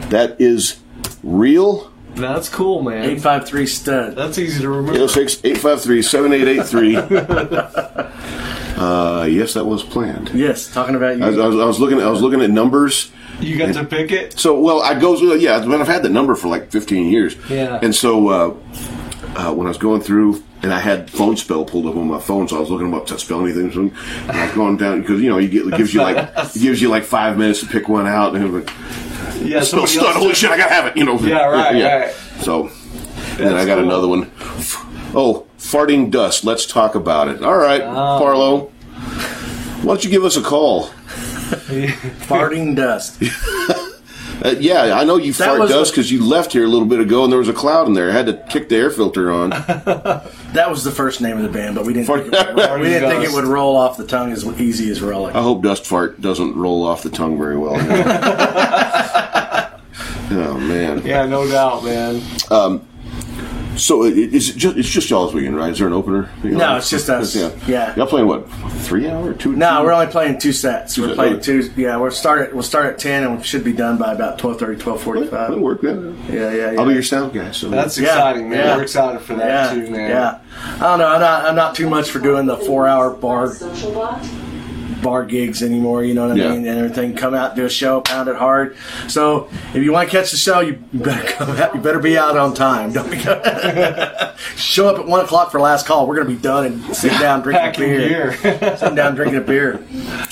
S1: That is real.
S3: That's cool, man.
S2: Eight five three stud.
S3: That's easy to remember.
S1: 806 853 7883. Uh, Yes, that was planned.
S2: Yes, talking about
S1: I was,
S2: you.
S1: I was- I was looking. I was looking at numbers.
S3: You got to pick it.
S1: So, well, I goes. Yeah, but I've had the number for like 15 years.
S3: Yeah.
S1: And so, uh, uh, when I was going through, and I had phone spell pulled up on my phone, so I was looking them up to spell anything. So, and I was going down because you know you get it gives you like it gives you like five minutes to pick one out, and it was like
S3: Yeah,
S1: spell
S3: somebody
S1: stud.
S3: else
S1: Holy shit, I gotta have it. You know.
S3: Yeah, right, right.
S1: So, and then I
S3: That's
S1: got
S3: cool.
S1: another one. Oh, farting dust. Let's talk about it. All right,
S3: Um,
S1: Parlo. Why don't you give us a call?
S2: Farting dust.
S1: Uh, yeah, I know you
S2: That
S1: fart
S2: was
S1: dust
S2: the-
S1: because you left here a little bit ago and there was a cloud in there. I had to kick the air filter on.
S2: That was the first name of the band, but we didn't. Think it would,
S1: Farting
S2: we didn't think it
S3: dust.
S2: would roll off the tongue as easy as relic.
S1: I hope dust fart doesn't roll off the tongue very well. oh man!
S3: Yeah, no doubt, man.
S1: So it, it- it's just it's just y'all's weekend, right? Is there an opener?
S2: No, it's just us. Yeah.
S1: Y'all playing what? Three hour? Two?
S2: No,
S1: two?
S2: we're only playing two sets. We're
S1: sets,
S2: playing
S1: okay.
S2: two. Yeah, we're start at we'll start at ten, and we should be done by about 12.30,
S1: That'll
S2: 12.45.
S1: work. Yeah.
S2: uh, Yeah, yeah, yeah.
S1: I'll be your sound guy. So
S3: That's
S2: Yeah,
S3: Oh, exciting, man.
S2: yeah.
S3: We're excited for
S2: yeah,
S3: that too, man.
S2: yeah. I don't know. I'm not, I'm not too much for doing the four-hour bar
S5: Social block.
S2: bar gigs anymore. You know what I
S1: Yeah.
S2: mean? And everything. Come out, do a show, pound it hard. So if you want to catch the show, you better come out. You better be out on time. Don't be show up at one o'clock for last call. We're gonna be done and sit down
S3: Back
S2: drinking
S3: in
S2: beer.
S3: here.
S2: sitting down drinking a beer.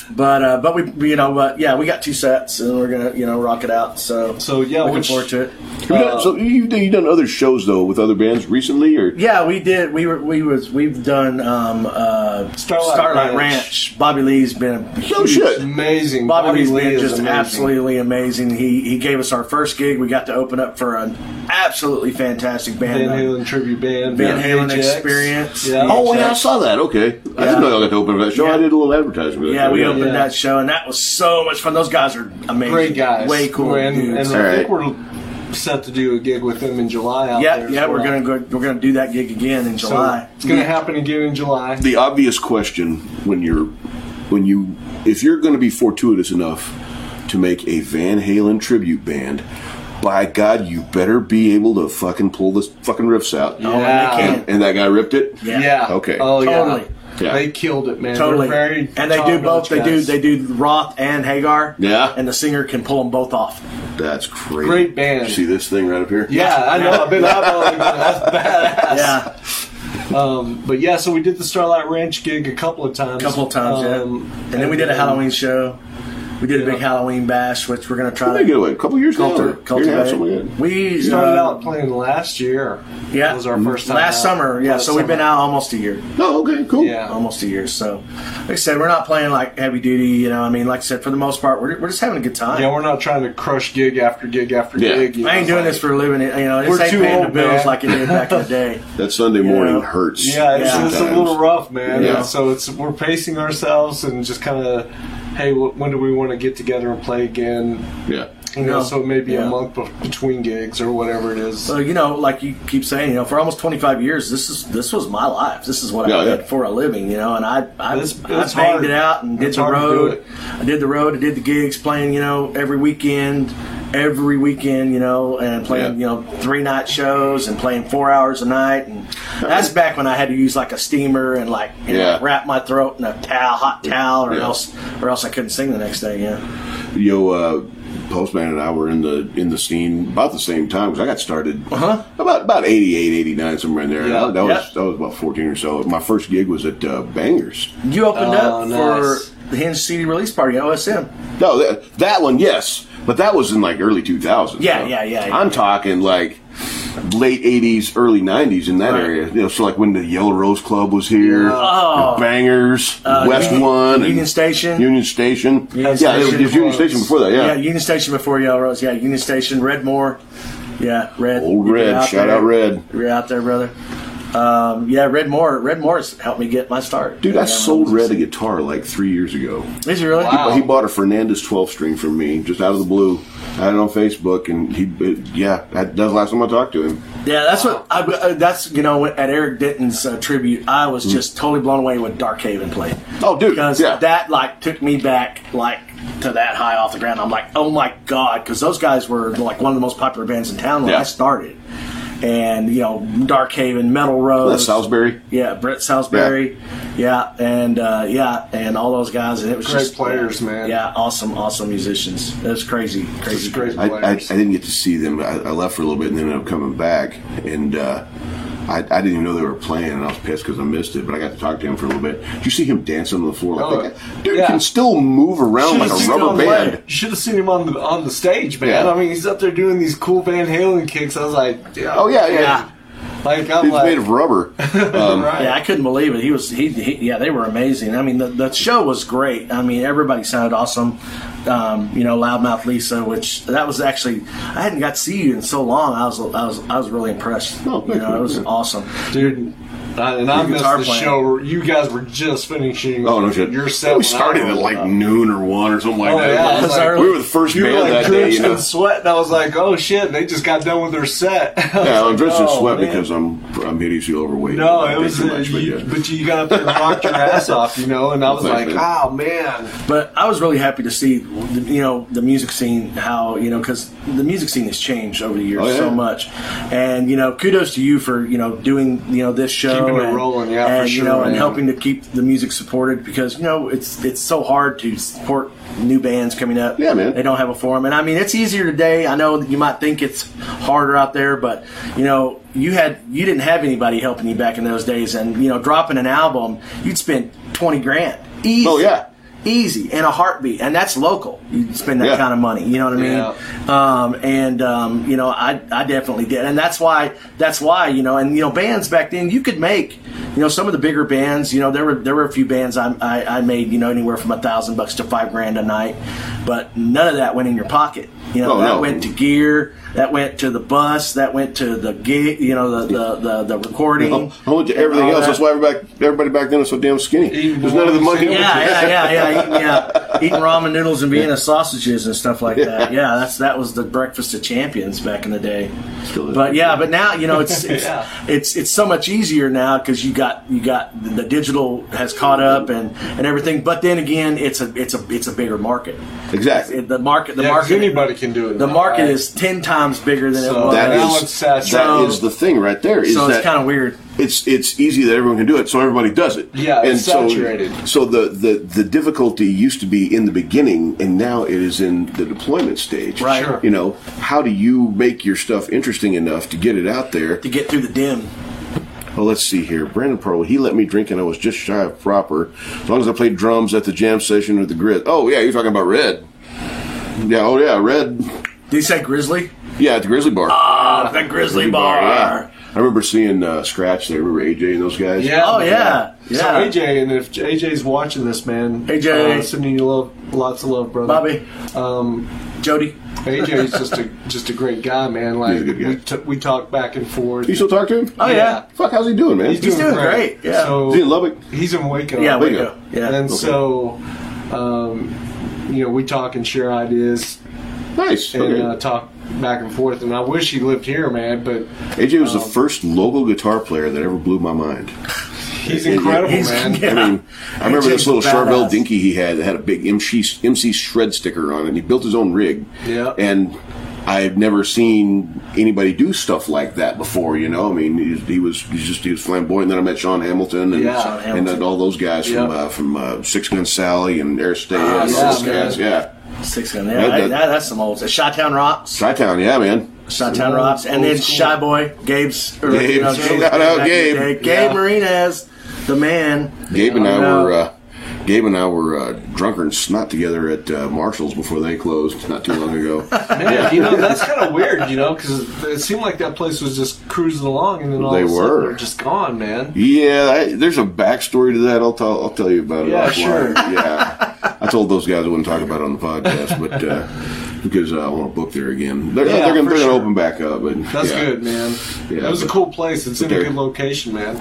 S2: But uh, but we- we you know but yeah we got two sets and we're gonna you know rock it out. So
S3: So, yeah,
S2: looking
S3: which-
S2: forward to it.
S1: Have you done- so you've done, you've done other shows though with other bands recently, or
S2: Yeah, we did. We were we was we've done um, uh,
S3: Starlight Ranch.
S2: Ranch. Bobby Lee's been a
S1: no Oh, shit.
S3: amazing.
S2: Bobby Lee's
S3: Lee
S2: been
S3: is
S2: just
S3: amazing.
S2: absolutely amazing. He he gave us our first gig. We got to open up for an absolutely fantastic band.
S3: Van Halen tribute band.
S2: Van Halen
S3: VHX.
S2: Experience.
S3: Yeah.
S1: Oh, yeah, I saw that. Okay, I didn't know y'all got to open up that show. I
S2: Yeah.
S1: did a little advertising. for that
S2: Yeah,
S1: show,
S2: we opened
S3: Yeah.
S2: that show, and that was so much fun. Those guys are amazing.
S3: great guys.
S2: Way cool.
S3: And, and
S2: dudes.
S3: I think
S1: Alright.
S3: we're set to do a gig with them in July. Out
S2: Yeah,
S3: there
S2: yeah,
S3: as
S2: we're
S3: well.
S2: gonna go, we're gonna do that gig again in
S3: So
S2: July.
S3: it's gonna happen again in July.
S1: the obvious question when you're when you if you're going to be fortuitous enough to make a Van Halen tribute band, by God, you better be able to fucking pull this fucking riffs out.
S2: Oh, and they can.
S1: And that guy ripped it.
S2: Yeah.
S1: Okay.
S3: Oh yeah.
S2: Totally.
S1: Yeah.
S3: They killed it, man.
S2: Totally,
S3: They're very
S2: and they do
S3: talented
S2: both. They do
S3: guys.
S2: they do Roth and Hagar.
S1: Yeah.
S2: and the singer can pull them both off.
S1: That's crazy.
S3: Great band.
S1: See this thing right up here?
S3: Yeah, I know. I've been eyeballing that. That's badass.
S2: Yeah,
S3: Um, but yeah, so we did the Starlight Ranch gig a couple of times.
S2: a couple of times.
S3: Um,
S2: yeah, and then we did a
S3: and,
S2: Halloween show. We did a big
S3: Yeah.
S2: Halloween bash, which we're gonna try.
S1: What did they get away? A couple years
S2: Cultivate.
S1: later. Year and a half, something like that.
S2: We
S3: We started
S2: uh,
S3: out playing last year.
S2: Yeah,
S3: was our first time
S2: last
S3: out.
S2: summer. Yeah,
S3: Last
S2: so we've been
S3: summer.
S2: out almost a year.
S1: Oh, okay, cool.
S3: Yeah.
S2: Almost a year. So, like I said, we're not playing like heavy duty. You know, I mean, like I said, for the most part, we're, we're just having a good time.
S3: Yeah, we're not trying to crush gig after gig after
S1: Yeah.
S3: gig. you
S2: I ain't
S3: know,
S2: doing
S3: like-
S2: this for a living. You know, this
S3: We're
S2: ain't
S3: too
S2: paying the
S3: old,
S2: bills
S3: man.
S2: like it did back in the day.
S1: That Sunday morning
S2: Yeah.
S1: hurts.
S3: Yeah, it's, it's a
S1: sometimes.
S3: little rough, man.
S1: Yeah.
S3: So it's we're pacing ourselves and just kind of, hey, wh- when do we want to get together and play again?
S1: Yeah.
S3: You know,
S2: Yeah.
S3: so maybe
S2: Yeah.
S3: a month be- between gigs or whatever it is.
S2: So you know, like you keep saying, you know, for almost 25 years, this is this was my life. This is what
S1: Yeah,
S2: I
S1: yeah.
S2: did for a living, you know. And I I,
S3: It's-
S2: I banged
S3: it's hard.
S2: it out and did
S3: It's
S2: the
S3: hard to do
S2: road.
S3: it.
S2: I did the road. I did the gigs, playing you know every weekend, every weekend, you know, and playing
S1: Yeah.
S2: you know three night shows and playing four hours a night. And that's back when I had to use like a steamer and like you
S1: Yeah.
S2: know, wrap my throat in a towel, hot towel, or
S1: Yeah.
S2: else or else I couldn't sing the next day. Yeah,
S1: Yo, uh, Postman and I were in the in the scene about the same time because I got started about about 88, 89, somewhere in there. That
S3: Yeah.
S1: was
S2: Uh-huh. Yeah.
S1: that was about fourteen or so. My first gig was at uh, Bangers.
S2: you opened
S3: Oh,
S2: up
S3: nice.
S2: for the Hinge CD release party, OSM.
S1: No, that, that one, yes, but that was in like early 2000s.
S2: Yeah, yeah, yeah, yeah.
S1: I'm talking like late 80s, early 90s in that
S2: Right.
S1: area. You know, so like when the Yellow Rose Club was here,
S2: Oh.
S1: and Bangers,
S2: Uh,
S1: West
S2: Union-
S1: One, and
S2: Union Station.
S1: Union Station. yeah, it was,
S2: Station
S1: it was Union
S3: was-
S1: Station before that.
S2: Yeah, Union Station before Yellow Rose. Yeah, Union Station, Redmore. Yeah, Red.
S1: Old
S2: You've been
S1: Red. Shout
S2: there.
S1: out Red.
S2: You're out there, brother. Um, yeah, Redmore. Redmore's helped me get my start.
S1: Dude,
S2: yeah,
S1: I sold Red a guitar like three years ago.
S2: Is he really?
S3: Wow.
S1: He bought a Fernandez 12 string from me just out of the blue. I had it on Facebook, and he, it- yeah, that, that's the last time I talked to him.
S2: Yeah, that's what I, uh, that's you know at Eric Denton's uh, tribute, I was just totally blown away when Dark Haven played.
S1: Mm. Oh, dude,
S2: because
S1: yeah.
S2: that like took me back like to that high off the ground. I'm like, oh my god, because those guys were like one of the most popular bands in town when
S1: Yeah.
S2: I started. And you know, Dark Haven, Metal Rose,
S1: That's Salisbury.
S2: yeah, Brett Salisbury, yeah, and uh, yeah, and all those guys, and it was
S3: Great
S2: just
S3: players, man.
S2: Yeah, awesome, awesome musicians. It was crazy, crazy,
S3: It's great
S1: I, I, I
S3: players.
S1: didn't get to see them. I, I left for a little bit and then ended up coming back. And uh, I, I didn't even know they were playing, and I was pissed because I missed it. But I got to talk to him for a little bit. Did you see him dancing on the floor? Like
S3: Oh,
S1: that guy? Dude
S3: yeah.
S1: can still move around Oh, like a
S2: Should've
S1: rubber
S2: seen him play.
S1: band.
S3: You should have seen him on the on the stage, man.
S1: Yeah.
S3: I mean, he's up there doing these cool Van Halen kicks. I was like, yeah.
S1: Oh, yeah, yeah.
S2: Yeah.
S3: like I'm
S1: He's
S3: like,
S1: made of rubber.
S3: right.
S2: Yeah, I couldn't believe it. He was he, he yeah, they were amazing. I mean, the, the show was great. I mean, everybody sounded awesome. Um, you know, Loudmouth Lisa, which that was actually I hadn't got to see you in so long. I was I was I was really impressed.
S1: Oh,
S2: you
S1: thank
S2: know,
S1: you.
S2: it was
S1: Yeah.
S2: awesome.
S3: dude. I, and I
S2: Your
S3: missed
S2: guitar
S3: the
S2: playing.
S3: show. You guys were just finishing.
S1: oh, no shit.
S3: Your set.
S1: we
S3: when I
S1: started at
S3: rolled
S1: like
S3: up.
S1: noon or one or something like
S3: Oh,
S1: that. It
S3: yeah, it
S1: was
S3: was
S1: like-
S3: early.
S1: we were the first
S3: You were
S1: band
S3: like
S1: that day.
S3: drenched
S1: You know.
S3: in sweat, and I was like, "Oh shit!" They just got done with their set.
S1: Yeah, I'm dressed in
S3: Oh,
S1: sweat
S3: man.
S1: because I'm I'm hideously overweight.
S3: No,
S1: I
S3: it
S1: think
S3: was.
S1: too
S3: uh
S1: much, but
S3: you,
S1: yeah.
S3: but you got up there and rocked your ass off, you know. And I was
S1: Thanks,
S3: like,
S1: man.
S3: "Oh man,
S2: But I was really happy to see, you know, the music scene. How you know, because the music scene has changed over the years
S1: Oh, yeah.
S2: so much. And you know, kudos to you for you know doing you know this show,
S3: Keeping it
S2: and,
S3: rolling, yeah, for
S2: and you know,
S3: sure,
S2: and
S3: yeah.
S2: helping to keep the music supported because you know it's it's so hard to support new bands coming up.
S1: Yeah, man.
S2: They don't have a forum, and I mean it's easier today. I know that you might think it's harder out there, but you know. You had you didn't have anybody helping you back in those days, and you know dropping an album, you'd spend twenty grand easy.
S1: Oh, yeah.
S2: Easy in a heartbeat, and that's local. You spend that
S1: Yeah.
S2: kind of money, you know what I mean?
S3: Yeah.
S2: Um, and um, you know, I, I definitely did, and that's why that's why you know, and you know, bands back then you could make, you know, some of the bigger bands. You know, there were there were a few bands I, I, I made you know anywhere from a thousand bucks to five grand a night, but none of that went in your pocket. You know,
S1: Oh,
S2: that
S1: no.
S2: went to gear, that went to the bus, that went to the gig, you know, the the the, the recording.
S1: I went to everything
S2: and all
S1: else.
S2: that.
S1: That's why everybody back, everybody back then was so damn skinny.
S3: Even
S1: There's none of the monkey.
S2: Yeah, yeah, yeah, yeah, eating, yeah. Eating ramen noodles and Vienna sausages and stuff like that. Yeah, that's that was the breakfast of champions back in the day.
S1: Still is.
S2: But yeah, but now you know it's it's
S3: Yeah.
S2: it's, it's so much easier now because you got you got the digital has caught up and and everything. But then again, it's a it's a it's a bigger market.
S1: Exactly.
S2: It- the market the
S3: Yeah, 'cause
S2: market
S3: anybody can do it.
S2: The
S3: now,
S2: market
S3: right?
S2: is ten times bigger than
S3: So
S2: it was.
S1: That
S3: That
S1: is-
S3: one's saturated.
S1: that is the thing right there. Is
S2: so
S1: that
S2: it's kind of weird.
S1: it's it's easy that everyone can do it, so everybody does it.
S3: Yeah,
S1: and
S3: it's saturated.
S1: So, so the, the the difficulty used to be in the beginning, and now it is in the deployment stage.
S2: Right. Sure.
S1: You know, how do you make your stuff interesting enough to get it out there?
S2: to get through the dim.
S1: Well, let's see here. Brandon Pearl, he let me drink, and I was just shy of proper. As long as I played drums at the jam session with the grid. Oh yeah, you're talking about Red. Yeah. Oh yeah, Red.
S2: Did he say grizzly?
S1: Yeah, at the Grizzly Bar.
S2: Ah, the grizzly bar.
S1: Uh, Yeah. I remember seeing uh, Scratch there. Remember AJ and those guys?
S3: Yeah.
S2: Oh yeah, yeah.
S3: So AJ, and if AJ's watching this, man,
S2: AJ.
S3: uh, sending you love, lots of love, brother.
S2: Bobby,
S3: um,
S2: Jody.
S3: AJ's just a just a great guy, man. Like
S1: He's a good guy.
S3: we t- we talk back and forth.
S1: You still talk to him?
S2: Oh yeah,
S3: Yeah.
S1: Fuck, how's he doing, man?
S2: doing- great, yeah.
S1: Is he in
S3: So
S1: Lubbock?
S3: he's in Waco.
S2: yeah.
S1: There you
S2: Waco.
S1: go.
S2: Yeah.
S3: and so, um, you know, we talk and share ideas
S1: Nice.
S3: and
S1: Okay.
S3: uh, talk back and forth. And I wish he lived here, man. But
S1: AJ was
S3: um,
S1: the first local guitar player that ever blew my mind.
S3: he's
S1: Yeah, yeah.
S3: incredible,
S2: He's-
S3: man.
S2: yeah.
S1: I mean, I remember this
S2: AJ's
S1: little Charvel
S2: badass.
S1: dinky he had that had a big MC, MC shred sticker on it. And he built his own rig.
S3: Yeah.
S1: And I've never seen anybody do stuff like that before. You know, I mean, he, he was he's just he was flamboyant. Then I met Sean Hamilton and
S3: Yeah. Sean
S1: and
S2: Hamilton.
S1: then all those guys
S3: Yeah. Ah,
S1: from uh, from uh, Six Gun Sally and Airstay and
S2: yeah,
S1: all those
S3: man.
S1: guys. Yeah.
S2: Six gun. Yeah,
S1: That-
S2: that,
S1: that-
S2: that- that's some old. Shottown Rocks.
S1: Chi-Town, yeah, man.
S2: Shottown Rocks, and then
S3: old school.
S2: Shy Boy, Gabe's. or,
S1: Gabe, shout out
S2: back in the
S1: Gabe.
S2: day.
S3: Yeah.
S2: Gabe Martinez, the man.
S1: Gabe and
S2: You
S1: I
S2: know,
S1: were uh, Gabe and I were uh, drunk and snot together at uh, Marshalls before they closed not too long ago.
S3: Yeah, you know that's kind of weird, you know, because it seemed like that place was just cruising along, and then all
S1: They
S3: of a sudden
S1: were.
S3: they're just gone, man.
S1: yeah, I, there's a backstory to that. I'll tell I'll tell you about it.
S3: Yeah,
S1: offline.
S3: sure.
S1: Yeah, I told those guys I wouldn't talk about it on the podcast, but uh, because uh, I want to book there again. They're,
S3: Yeah,
S1: they're gonna
S3: for
S1: they're
S3: sure.
S1: gonna open back up. But
S3: That's
S1: yeah.
S3: good, man.
S1: Yeah,
S3: that was a
S1: but-
S3: cool place. It's in a
S1: they're-
S3: good location, man.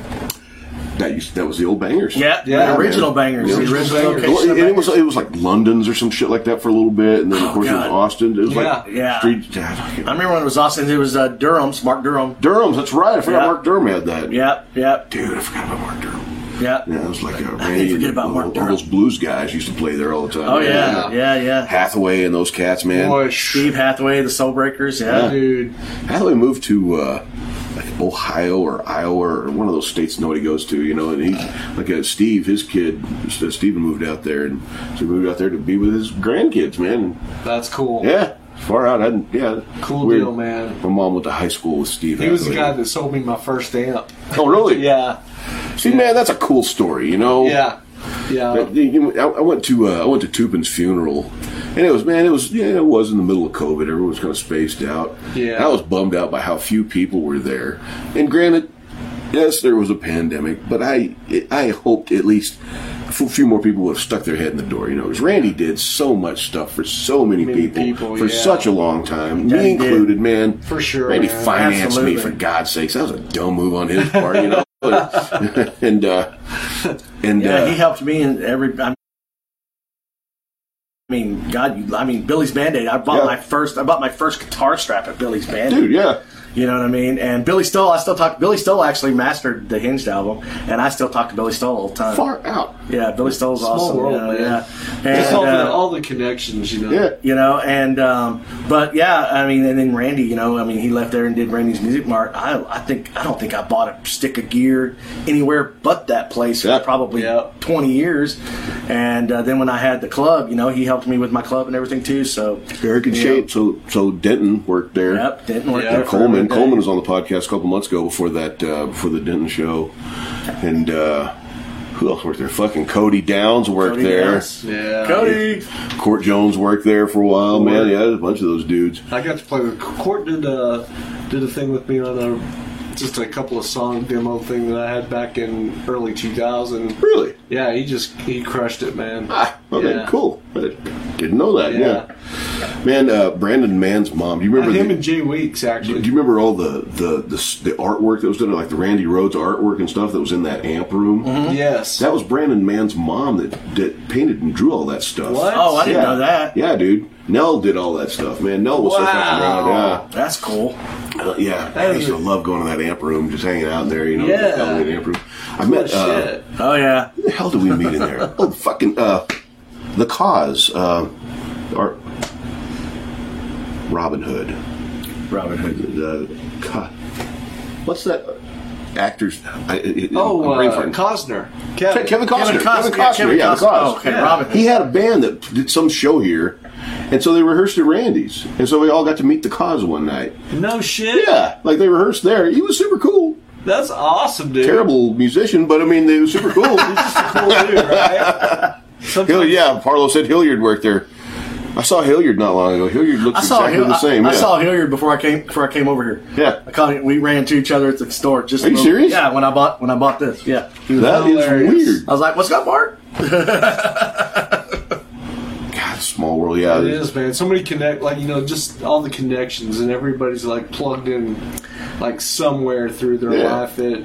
S1: That used, that was the old bangers.
S2: Yeah,
S3: Yeah,
S2: the
S3: man.
S2: original bangers.
S1: The
S2: The
S1: original
S2: original
S3: bangers.
S2: location
S1: and
S2: of
S1: it
S2: bangers.
S1: was it was like London's or some shit like that for a little bit, and then of
S2: Oh,
S1: course it
S2: God.
S1: was Austin. It was like
S3: Yeah.
S2: Yeah.
S1: street.
S2: I remember when it was Austin. It was uh, Durham's, Mark Durham.
S1: Durham's. That's right. I forgot
S2: Yeah.
S1: Mark Durham had that.
S2: Yep, yep,
S1: Dude, I forgot about Mark Durham.
S2: yep.
S1: Yeah, it was like a
S2: didn't
S1: Randy.
S2: forget
S1: and
S2: about
S1: all-
S2: Mark
S1: all
S2: Durham.
S1: those blues guys used to play there all the time.
S2: Oh yeah,
S3: Yeah.
S2: yeah, yeah.
S1: Hathaway and those cats, man.
S3: Boy, sh-
S2: Steve Hathaway, the Soul Breakers. Yeah,
S3: dude.
S1: Hathaway moved to uh, like Ohio or Iowa or one of those states nobody goes to, you know. And he, like uh, Steve, his kid, uh, Steven moved out there, and so he moved out there to be with his grandkids, man.
S3: That's cool.
S1: Yeah, far out. I didn't, yeah,
S3: Cool
S1: weird.
S3: deal, man.
S1: My mom went to high school with Steve.
S3: He was the guy
S1: Hathaway.
S3: that sold me my first amp.
S1: Oh, really?
S3: Yeah,
S1: See, man, that's a cool story, you know.
S3: yeah,
S1: Uh,
S3: yeah.
S1: you- I I went to uh, I went to Tupin's funeral, and it was man, it was yeah, it was in the middle of COVID. Everyone was kind of spaced out.
S3: Yeah.
S1: And I was bummed out by how few people were there. And granted, yes, there was a pandemic, but I I hoped at least a f- few more people would have stuck their head in the door. You know, because Randy did so much stuff for so many,
S3: Many
S1: people,
S3: people,
S1: for
S3: yeah.
S1: such a long time,
S2: Yeah,
S1: me
S2: he did.
S1: included, man.
S3: For sure,
S1: Randy
S3: man.
S1: financed me
S2: Absolutely.
S1: for God's sakes. That was a dumb move on his part, you know. and uh, and
S2: yeah.
S1: uh,
S2: He helped me in every. I mean, God, you, I mean, Billy's Band Aid. I bought
S1: Yeah.
S2: my first. I bought my first guitar strap at Billy's Band Aid.
S1: dude, yeah.
S2: You know what I mean? And Billy Stoll, I still talk. Billy Stoll actually mastered the Hinged album, and I still talk to Billy Stoll all the time.
S1: far out.
S2: Yeah, Billy Stoll's
S3: Small
S2: awesome.
S3: world,
S2: yeah,
S3: man.
S2: yeah.
S3: Just
S2: And,
S3: all, the,
S2: uh,
S3: all the connections, you know.
S1: Yeah.
S2: you know and um, but yeah i mean and then randy you know i mean he left there and did randy's music mart i i think i don't think i bought a stick of gear anywhere but that place
S1: Yeah.
S2: for probably
S3: Yeah.
S2: 20 years and uh, then when i had the club you know he helped me with my club and everything too so
S1: Eric and
S2: Yeah.
S1: Shane. So so Denton worked there.
S2: yep didn't work
S3: Yeah,
S2: there
S1: And
S2: for
S1: Coleman.
S2: every day.
S1: Coleman was on the podcast a couple months ago before that uh, before the Denton show, and uh, who else worked there? Fucking Cody Downs worked
S2: Cody
S1: there.
S2: Downs.
S3: Yeah.
S2: cody
S1: Court Jones worked there for a while, man. Yeah, there's a bunch of those dudes.
S3: I got to play with Court. Did uh, did a thing with me on a just a couple of song demo thing that I had back in early 2000.
S1: Really?
S3: Yeah, he just he crushed it, man.
S1: Ah, okay,
S3: Yeah.
S1: cool. I didn't know that.
S3: Yeah. Uh,
S1: Yeah, man. Uh, Brandon Mann's mom. Do you remember
S3: Him
S1: the-
S3: and Jay Weeks
S1: Do
S3: actually.
S1: you remember all the the, the the artwork that was done, like the Randy Rhodes artwork and stuff that was in that amp room?
S3: yes.
S1: That was Brandon Mann's mom that, that painted and drew all that stuff.
S3: What?
S2: oh i didn't
S1: Yeah.
S2: know that
S1: Yeah, dude. Nell did all that stuff, man. Nell was so fucking
S3: Wow.
S1: rad.
S2: that's cool
S1: Yeah, Uh, yeah. I
S3: That
S1: used to
S3: is-
S1: love going to that amp room, just hanging out in there, you know,
S3: Yeah.
S1: the elevated amp room. I met. Uh,
S3: shit.
S2: oh yeah
S1: Who the hell did we meet in there? oh, fucking uh, the cause. Uh, our, Robin Hood.
S2: Robin Hood.
S1: The God, what's that actor's? I, it-
S3: Oh,
S1: I'm brain
S3: uh,
S1: farting.
S3: Costner.
S1: Kevin, Costner. Kevin Costner.
S2: yeah, Kevin
S1: yeah, the
S2: Costner.
S1: Cos.
S2: Oh, okay, Robin Hood.
S1: He had a band that did some show here, and so they rehearsed at Randy's, and so we all got to meet the Cos one night.
S3: No shit.
S1: Yeah, like they rehearsed there. He was super cool.
S3: That's awesome, dude.
S1: Terrible musician, but I mean, they were super cool.
S3: Cool dude, right?
S1: Hill,
S3: Sometimes-
S1: yeah, Parlo said Hilliard worked there. I saw Hilliard not long ago. Hilliard looks
S2: I saw
S1: exactly
S2: Hill-
S1: the same.
S2: I, I
S1: yeah.
S2: saw Hilliard before I came before I came over here.
S1: Yeah.
S2: I caught it. We ran into each other at the store. Just
S1: Are you
S2: a little-
S1: serious?
S2: Yeah, when I bought when I bought this. Yeah, He was-
S1: That is weird.
S2: I was like, "What's up, Bart?"
S1: God, small world. Yeah,
S3: It is, man. So many connect, like you know, just all the connections, and everybody's like plugged in, like somewhere through their
S1: Yeah.
S3: life. It,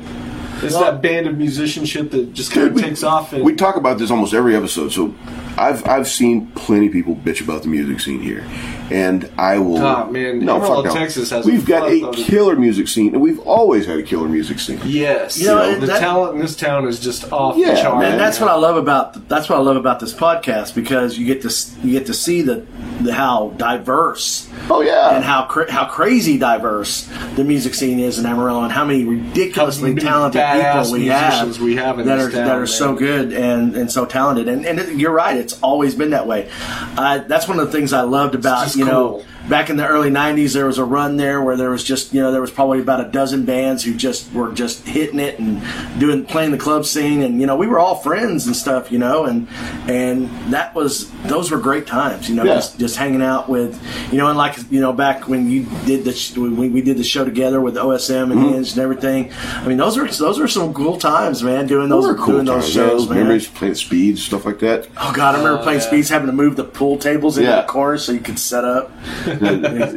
S3: it's
S2: Well-
S3: that band of musicianship that just kind of
S1: we-
S3: takes off. And
S1: We talk about this almost every episode, so I've I've seen plenty of people bitch about the music scene here, and I will.
S3: Ah, man,
S1: no,
S3: Amarillo,
S1: fuck no.
S3: Texas has a
S1: We've got a
S3: fuck load of-
S1: killer music scene, and we've always had a killer music scene.
S3: yes,
S2: You know, it-
S3: the
S2: that-
S3: talent in this town is just off
S1: Yeah,
S3: the chart.
S1: man,
S2: And that's what I love about that's what I love about this podcast because you get to s- you get to see the, the how diverse
S1: Oh yeah,
S2: and how cra- how crazy diverse the music scene is in Amarillo, and how many ridiculously
S3: How many
S2: talented
S3: badass
S2: people we
S3: musicians
S2: have,
S3: we have in
S2: that
S3: this
S2: are
S3: town,
S2: that are
S3: man.
S2: so good and, and so talented. And, and it- you're right; it's always been that way. I, that's one of the things I loved about
S3: just
S2: you
S3: cool.
S2: know back in the early '90s. There was a run there where there was just you know there was probably about a dozen bands who just were just hitting it and doing playing the club scene, and you know we were all friends and stuff, you know, and and that was those were great times, you know,
S1: Yeah.
S2: just just hanging out with you know and like you know back when you did the sh- when we did the show together with OSM and
S1: Mm-hmm.
S2: Hinge and everything. I mean those were those were some cool times, man. Doing those
S1: Those are cool
S2: doing
S1: times.
S2: those
S1: yeah.
S2: shows, man.
S1: Remember he's playing speed stuff like that.
S2: Oh god, I remember playing speeds, having to move the pool tables into
S1: Uh, Yeah.
S2: the corner so you could set up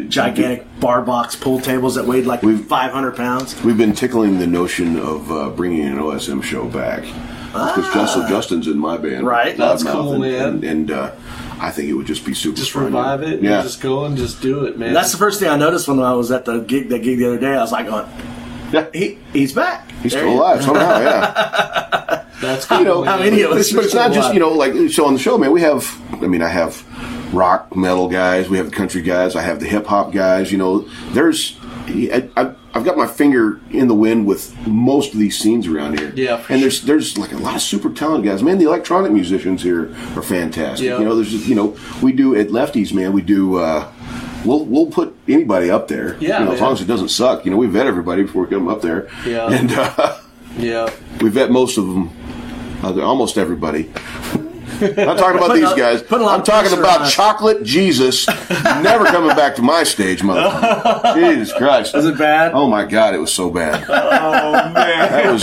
S2: gigantic bar box pool tables that weighed like
S1: We've-
S2: 500 pounds.
S1: We've been tickling the notion of uh, bringing an OSM show back because Justin Justin's in my band,
S2: Right.
S3: Ah. That's
S1: Loudmouth,
S3: cool,
S1: and,
S3: man.
S1: And, and, uh, I think it would just be super.
S3: just
S1: fun.
S3: revive it.
S1: Yeah.
S3: And just go and just do it, man.
S2: That's the first thing I noticed when I was at the gig that gig the other day. I was like, going,
S1: Yeah.
S2: he, he's back.
S1: He's
S2: There
S1: still
S2: he is.
S1: alive somehow. Yeah.
S3: that's cool,
S1: you know,
S3: man.
S2: how many of
S1: but
S2: us-
S1: it's, but it's not just you know like so on the show, man. We have, I mean, I have rock metal guys, we have the country guys, I have the hip hop guys. You know, there's I, I, I've got my finger in the wind with most of these scenes around here.
S3: Yeah,
S1: and
S3: for
S1: there's there's like a lot of super talented guys. Man, the electronic musicians here are fantastic.
S3: Yeah.
S1: You know, there's just, you know we do at Lefties, man. We do. uh We'll, we'll put anybody up there,
S3: Yeah,
S1: you know, as long
S3: man.
S1: as it doesn't suck. You know, we vet everybody before we get them up there,
S3: Yeah.
S1: and uh,
S3: Yeah.
S1: we vet most of them, uh, almost everybody. I'm not talking about
S2: Putting
S1: these
S2: a-
S1: guys.
S2: putting a lot
S1: I'm
S2: of
S1: talking
S2: pressure
S1: about
S2: on us.
S1: chocolate Jesus never coming back to my stage, motherfucker. Jesus Christ.
S2: Was it bad?
S1: Oh my God, it was so bad.
S3: Oh man.
S1: That was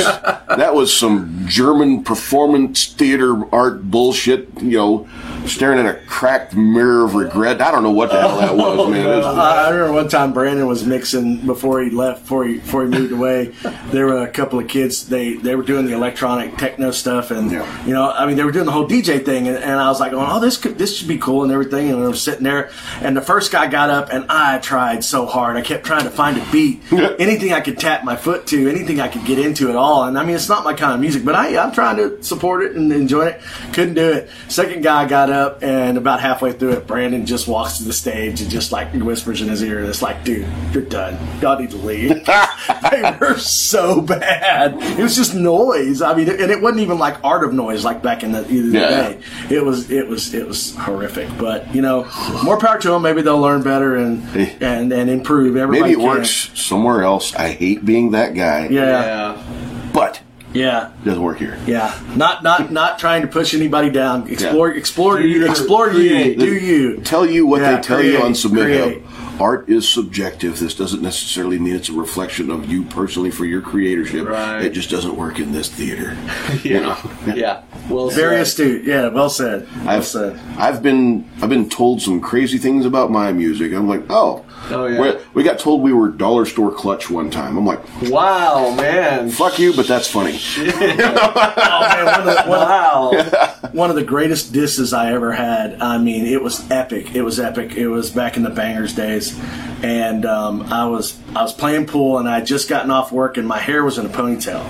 S1: that was some German performance theater art bullshit. You know, staring at a cracked mirror of regret. I don't know what the hell that was, man. It was-
S2: Oh, I I remember one time Brandon was mixing before he left, before he before he moved away. There were a couple of kids. They they were doing the electronic techno stuff, and
S1: Yeah.
S2: you know, I mean, they were doing the whole DJ thing, and, and I was like, going, oh, this could this should be cool and everything. And we were sitting there, and the first guy got up, and I tried so hard. I kept trying to find a beat, anything I could tap my foot to, anything I could get into at all. And I mean, it's not my kind of music, but I I'm trying to support it and enjoy it. Couldn't do it. Second guy got up, and about halfway through it, Brandon just walks to the stage and just like whispers in his ear, and it's like, dude, you're done. Y'all need to leave. they were so bad. It was just noise. I mean, and it wasn't even like art of noise like back in the, the
S1: Yeah.
S2: day. It was it was it was horrific. But you know, more power to them. Maybe they'll learn better and
S1: Hey.
S2: and and improve. Everybody
S1: Maybe it
S2: can.
S1: works somewhere else. I hate being that guy,
S2: Yeah,
S3: Yeah.
S1: but
S2: yeah,
S1: it doesn't work here.
S2: yeah. Not not not trying to push anybody down. Explore explore
S3: Do
S2: you
S3: your-
S2: explore you.
S3: create.
S2: Do you?
S1: tell you what
S2: Yeah,
S1: they tell you
S2: create,
S1: on Submit
S2: create.
S1: Hub. Art is subjective. This doesn't necessarily mean it's a reflection of you personally for your creatorship.
S3: Right.
S1: It just doesn't work in this theater. You know,
S3: Yeah. yeah. Well,
S2: Very
S3: said.
S2: astute. Yeah, well said. Well
S1: I've
S2: said.
S1: I've been I've been told some crazy things about my music. I'm like, oh,
S3: Oh, yeah.
S1: We're- we got told we were dollar store clutch one time. I'm like,
S3: Wow, man.
S1: fuck you, but that's funny.
S2: Oh, man, one of the- one of the-
S3: Wow.
S2: one of the greatest disses I ever had. I mean, it was epic. It was epic. It was back in the bangers days, and um, I was I was playing pool, and I had just gotten off work, and my hair was in a ponytail,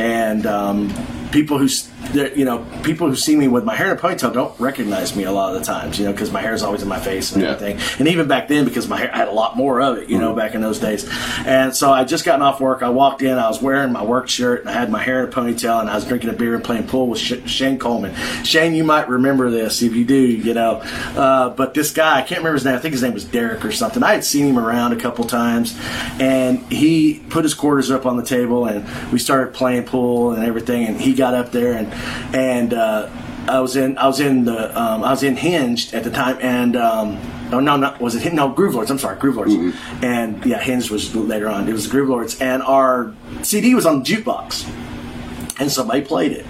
S2: and um, people who s- that, you know people who see me with my hair in a ponytail don't recognize me a lot of the times. You know, because my hair is always in my face and
S6: Yeah.
S2: everything. And even back then, because my hair I had a lot more of it. You know, back in those days. And so I just gotten off work. I walked in. I was wearing my work shirt and I had my hair in a ponytail and I was drinking a beer and playing pool with Sh- Shane Coleman. Shane, you might remember this if you do. You know, uh, but this guy I can't remember his name. I think his name was Derek or something. I had seen him around a couple times, and he put his quarters up on the table and we started playing pool and everything. And he got up there and and uh, I was in I was in the um, I was in Hinged at the time and. Um, Oh no, not was it Hin- no Groove Lords? I'm sorry, Groove Lords. And yeah, Hinge was later on. It was Groove Lords, and our CD was on the jukebox and somebody played it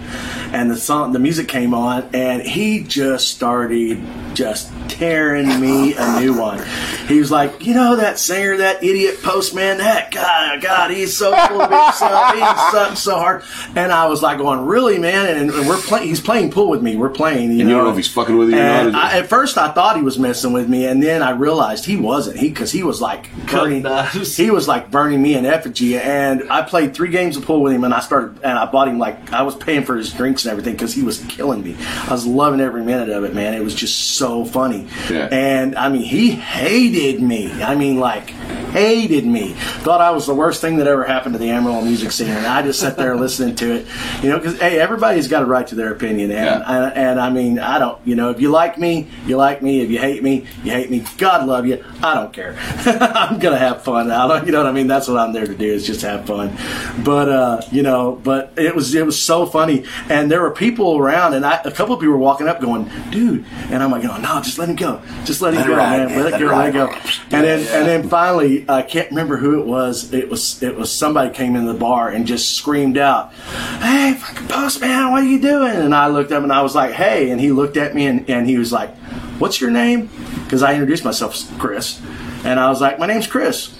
S2: and the song the music came on and he just started just tearing me a new one he was like you know that singer that idiot postman that guy god he's so full of himself he sucks so hard and i was like going really man and, and we're playing he's playing pool with me we're playing
S6: And
S2: you, know,
S6: you don't know if he's fucking with you or
S2: and
S6: not, is
S2: I, at first i thought he was messing with me and then i realized he wasn't he because he was like burning,
S3: knives.
S2: he was like burning me in effigy and i played three games of pool with him and i started and i bought him like i was paying for his drinks and everything because he was killing me i was loving every minute of it man it was just so funny
S6: Yeah.
S2: and i mean he hated me i mean like hated me thought i was the worst thing that ever happened to the amarillo music scene and i just sat there listening to it you know because hey everybody's got a right to their opinion and,
S6: Yeah.
S2: and, and i mean i don't you know if you like me you like me if you hate me you hate me god love you i don't care i'm gonna have fun i don't you know what i mean that's what i'm there to do is just have fun but uh you know but it was it was so funny and there were people around and I, a couple of people were walking up going dude and i'm like oh no just let him go just let him go
S1: ride,
S2: man
S1: man.
S2: let it
S1: Let it
S2: go let it
S1: ride.
S2: go and then and then finally I can't remember who it was. It was it was somebody came into the bar and just screamed out, "Hey, fucking postman, what are you doing?" And I looked up and I was like, "Hey!" And he looked at me and, and he was like, "What's your name?" Because I introduced myself as Chris, and I was like, "My name's Chris,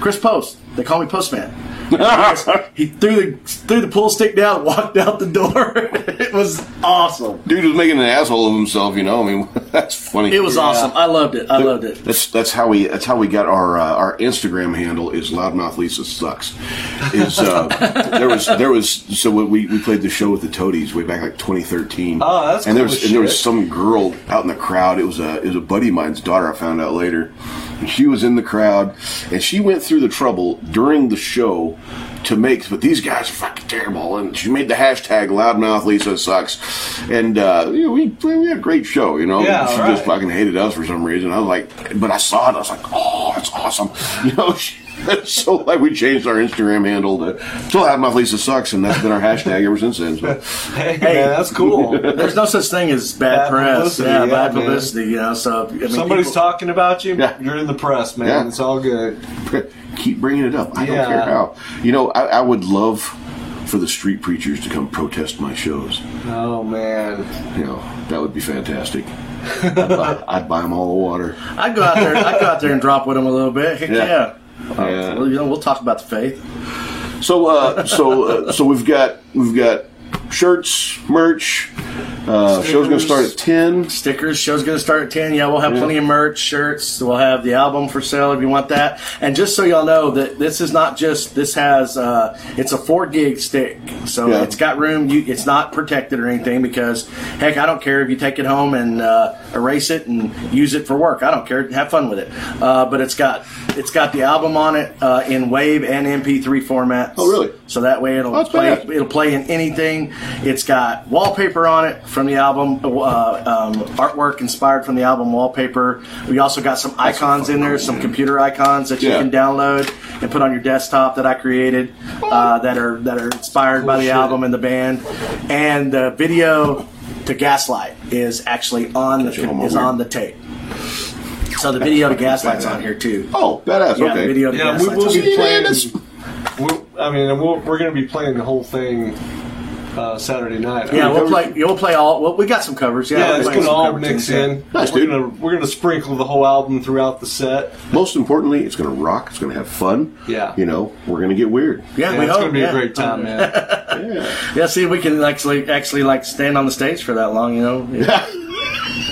S2: Chris Post. They call me Postman." He threw the threw the pool stick down, and walked out the door. it was awesome.
S6: Dude was making an asshole of himself, you know. I mean, that's funny.
S2: It was awesome. I loved it. I loved it.
S1: That's that's how we that's how we got our uh, our Instagram handle is loudmouth Lisa sucks. Is uh, there was there was so when we we played the show with the Toadies way back like 2013.
S3: Oh, that's
S1: and there
S3: cool
S1: was
S3: as
S1: and there was
S3: shit.
S1: some girl out in the crowd. It was a it was a buddy of mine's daughter. I found out later. And she was in the crowd and she went through the trouble during the show to make. But these guys are fucking terrible. And she made the hashtag loudmouth Lisa sucks. And uh, you know, we we had a great show. You know,
S3: Yeah,
S1: she
S3: right.
S1: just fucking hated us for some reason. I was like, but I saw it. I was like, oh, that's awesome. You know, she, so like we changed our Instagram handle to still have my Lisa sucks, and that's been our hashtag ever since then. So
S3: Hey, man, that's cool.
S2: There's no such thing as bad,
S3: Bad
S2: press.
S3: publicity,
S2: yeah,
S3: yeah,
S2: bad
S3: man.
S2: publicity. You know, so I mean,
S3: Somebody's
S2: people-
S3: talking about you.
S1: Yeah.
S3: You're in the press, man.
S1: Yeah.
S3: It's all good.
S1: keep bringing it up. I
S3: Yeah.
S1: don't care how. You know, I, I would love for the street preachers to come protest my shows.
S3: Oh man,
S1: You know, that would be fantastic. I'd, buy, I'd buy them all the water.
S2: I'd go out there. I'd go out there and drop with them a little bit. Heck yeah.
S1: Yeah.
S2: Uh, well, you know, we'll talk about the faith.
S1: So, uh, so, uh, so we've got we've got shirts, merch. Uh, show's gonna start at ten.
S2: Stickers. Show's going to start at ten. Yeah, we'll have plenty of merch, shirts. We'll have the album for sale if you want that. And just so y'all know that this is not just this has. Uh, it's a four gig stick, so
S1: Yeah.
S2: it's got room. You, it's not protected or anything because heck, I don't care if you take it home and uh, erase it and use it for work. I don't care. Have fun with it. Uh, but it's got it's got the album on it uh, in Wave and MP3 formats.
S1: Oh, really?
S2: So that way it'll
S1: That's
S2: play.
S1: bad.
S2: It'll play in anything. It's got wallpaper on it from the album, uh, um, artwork inspired from the album wallpaper. We also got some icons in there, some computer icons that
S6: Yeah.
S2: you can download and put on your desktop that I created uh, that are that are inspired by the
S3: shit.
S2: album and the band, and the video to Gaslight is actually on the
S1: my
S2: is
S1: weird.
S2: on the tape. So the video to Gaslight's on here too.
S1: Oh, badass.
S2: Yeah,
S1: okay.
S2: the video to
S3: Yeah, we
S2: Gaslight's
S3: will
S2: on
S3: be
S2: here.
S3: playing.
S1: that's-
S3: We'll, I mean, and we'll, we're going to be playing the whole thing uh, Saturday night.
S2: Yeah,
S3: I mean,
S2: we'll play. yeah, We'll play all. Well, we got some covers. Yeah,
S3: Yeah,
S2: we'll
S3: it's
S2: play
S3: going to
S2: some
S3: all
S2: cover
S3: mix
S2: tunes, yeah.
S3: in.
S1: Nice,
S3: we're
S1: dude.
S3: Gonna, we're going to sprinkle the whole album throughout the set.
S1: Most importantly, it's going to rock. It's going to have fun.
S3: Yeah.
S1: You know, we're going to get weird.
S2: Yeah,
S3: Yeah,
S2: we
S3: it's
S2: hope.
S3: going to be
S2: yeah.
S3: a great time, man.
S1: Yeah.
S2: Yeah, see, we can actually actually like stand on the stage for that long, you know. Yeah.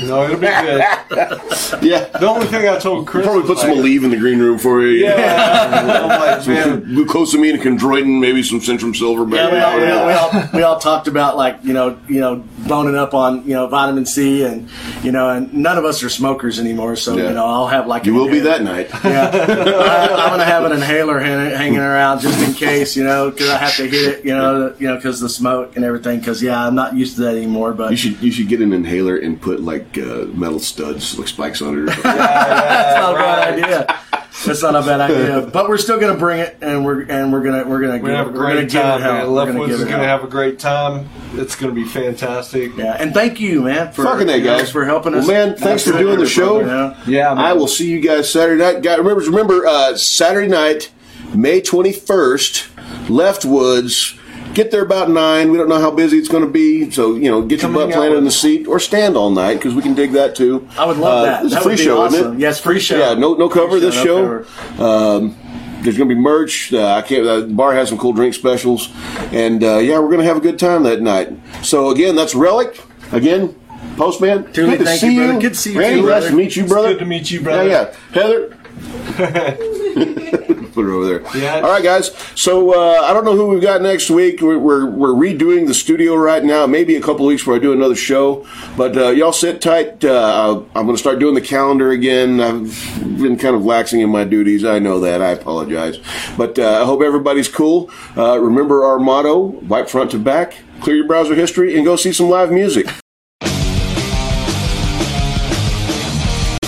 S3: No, it'll be good.
S1: Yeah.
S3: The only thing I told Chris.
S1: Probably put
S3: was
S1: some
S3: like,
S1: Aleve in the green room for you.
S3: Yeah. I'm like, man,
S1: Glucosamine, chondroitin, maybe some Centrum Silver. but-
S2: Yeah, we all, We, all, we, all, we all talked about like you know you know boning up on you know vitamin C and you know and none of us are smokers anymore, so
S1: Yeah.
S2: you know I'll have like
S1: You
S2: an
S1: will be
S2: inhaler.
S1: that night.
S2: Yeah, I, I'm gonna have an inhaler hang, hanging around just in case you know because I have to hit it you know you know because the smoke and everything because yeah I'm not used to that anymore but
S1: You should you should get an inhaler and put like uh, metal studs, like spikes on it. Or something.
S2: that's not a bad idea. That's not a bad idea, but we're still gonna bring it, and we're and we're gonna we're gonna
S3: We're gonna have a great time, man. Leftwoods is gonna have a great time. It's gonna be fantastic.
S2: Yeah, and thank you, man, for
S1: Fucking that,
S2: you know,
S1: guys.
S2: for helping
S1: Well,
S2: us.
S1: man, thanks for doing the show.
S2: You know?
S3: Yeah, man.
S1: I will see you guys Saturday night. Guys, remember, remember uh, Saturday night, May twenty first, Leftwoods. Get there about nine. We don't know how busy it's going to be, so you know, get
S3: Come
S1: your
S3: hang
S1: butt
S3: out
S1: planted
S3: with
S1: in the
S3: us.
S1: seat or stand all night because we can dig that too.
S2: I would
S1: Uh,
S2: love that.
S1: It's a
S2: that
S1: free
S2: would be
S1: show,
S2: awesome.
S1: isn't it?
S2: Yes, free show.
S1: Yeah, no, no cover
S2: Free
S1: this
S2: no
S1: show.
S2: cover.
S1: Um, there's going to be merch. Uh, I can't. The bar has some cool drink specials, and uh, yeah, we're going to have a good time that night. So again, that's Relic. Again, Postman.
S2: Tooley,
S1: good to
S2: thank
S1: see
S2: you, brother.
S1: you.
S2: Good to see you
S1: Randy,
S2: too,
S1: nice
S2: brother.
S1: to meet you, brother.
S3: good to meet you, brother.
S1: Yeah, yeah. Heather. Put it over there.
S3: Yeah.
S1: All right, guys. So uh, I don't know who we've got next week. We're, we're, we're redoing the studio right now. Maybe a couple of weeks where I do another show. But uh, y'all sit tight. Uh, I'm going to start doing the calendar again. I've been kind of laxing in my duties. I know that. I apologize. But uh, I hope everybody's cool. Uh, remember our motto: wipe front to back. Clear your browser history and go see some live music.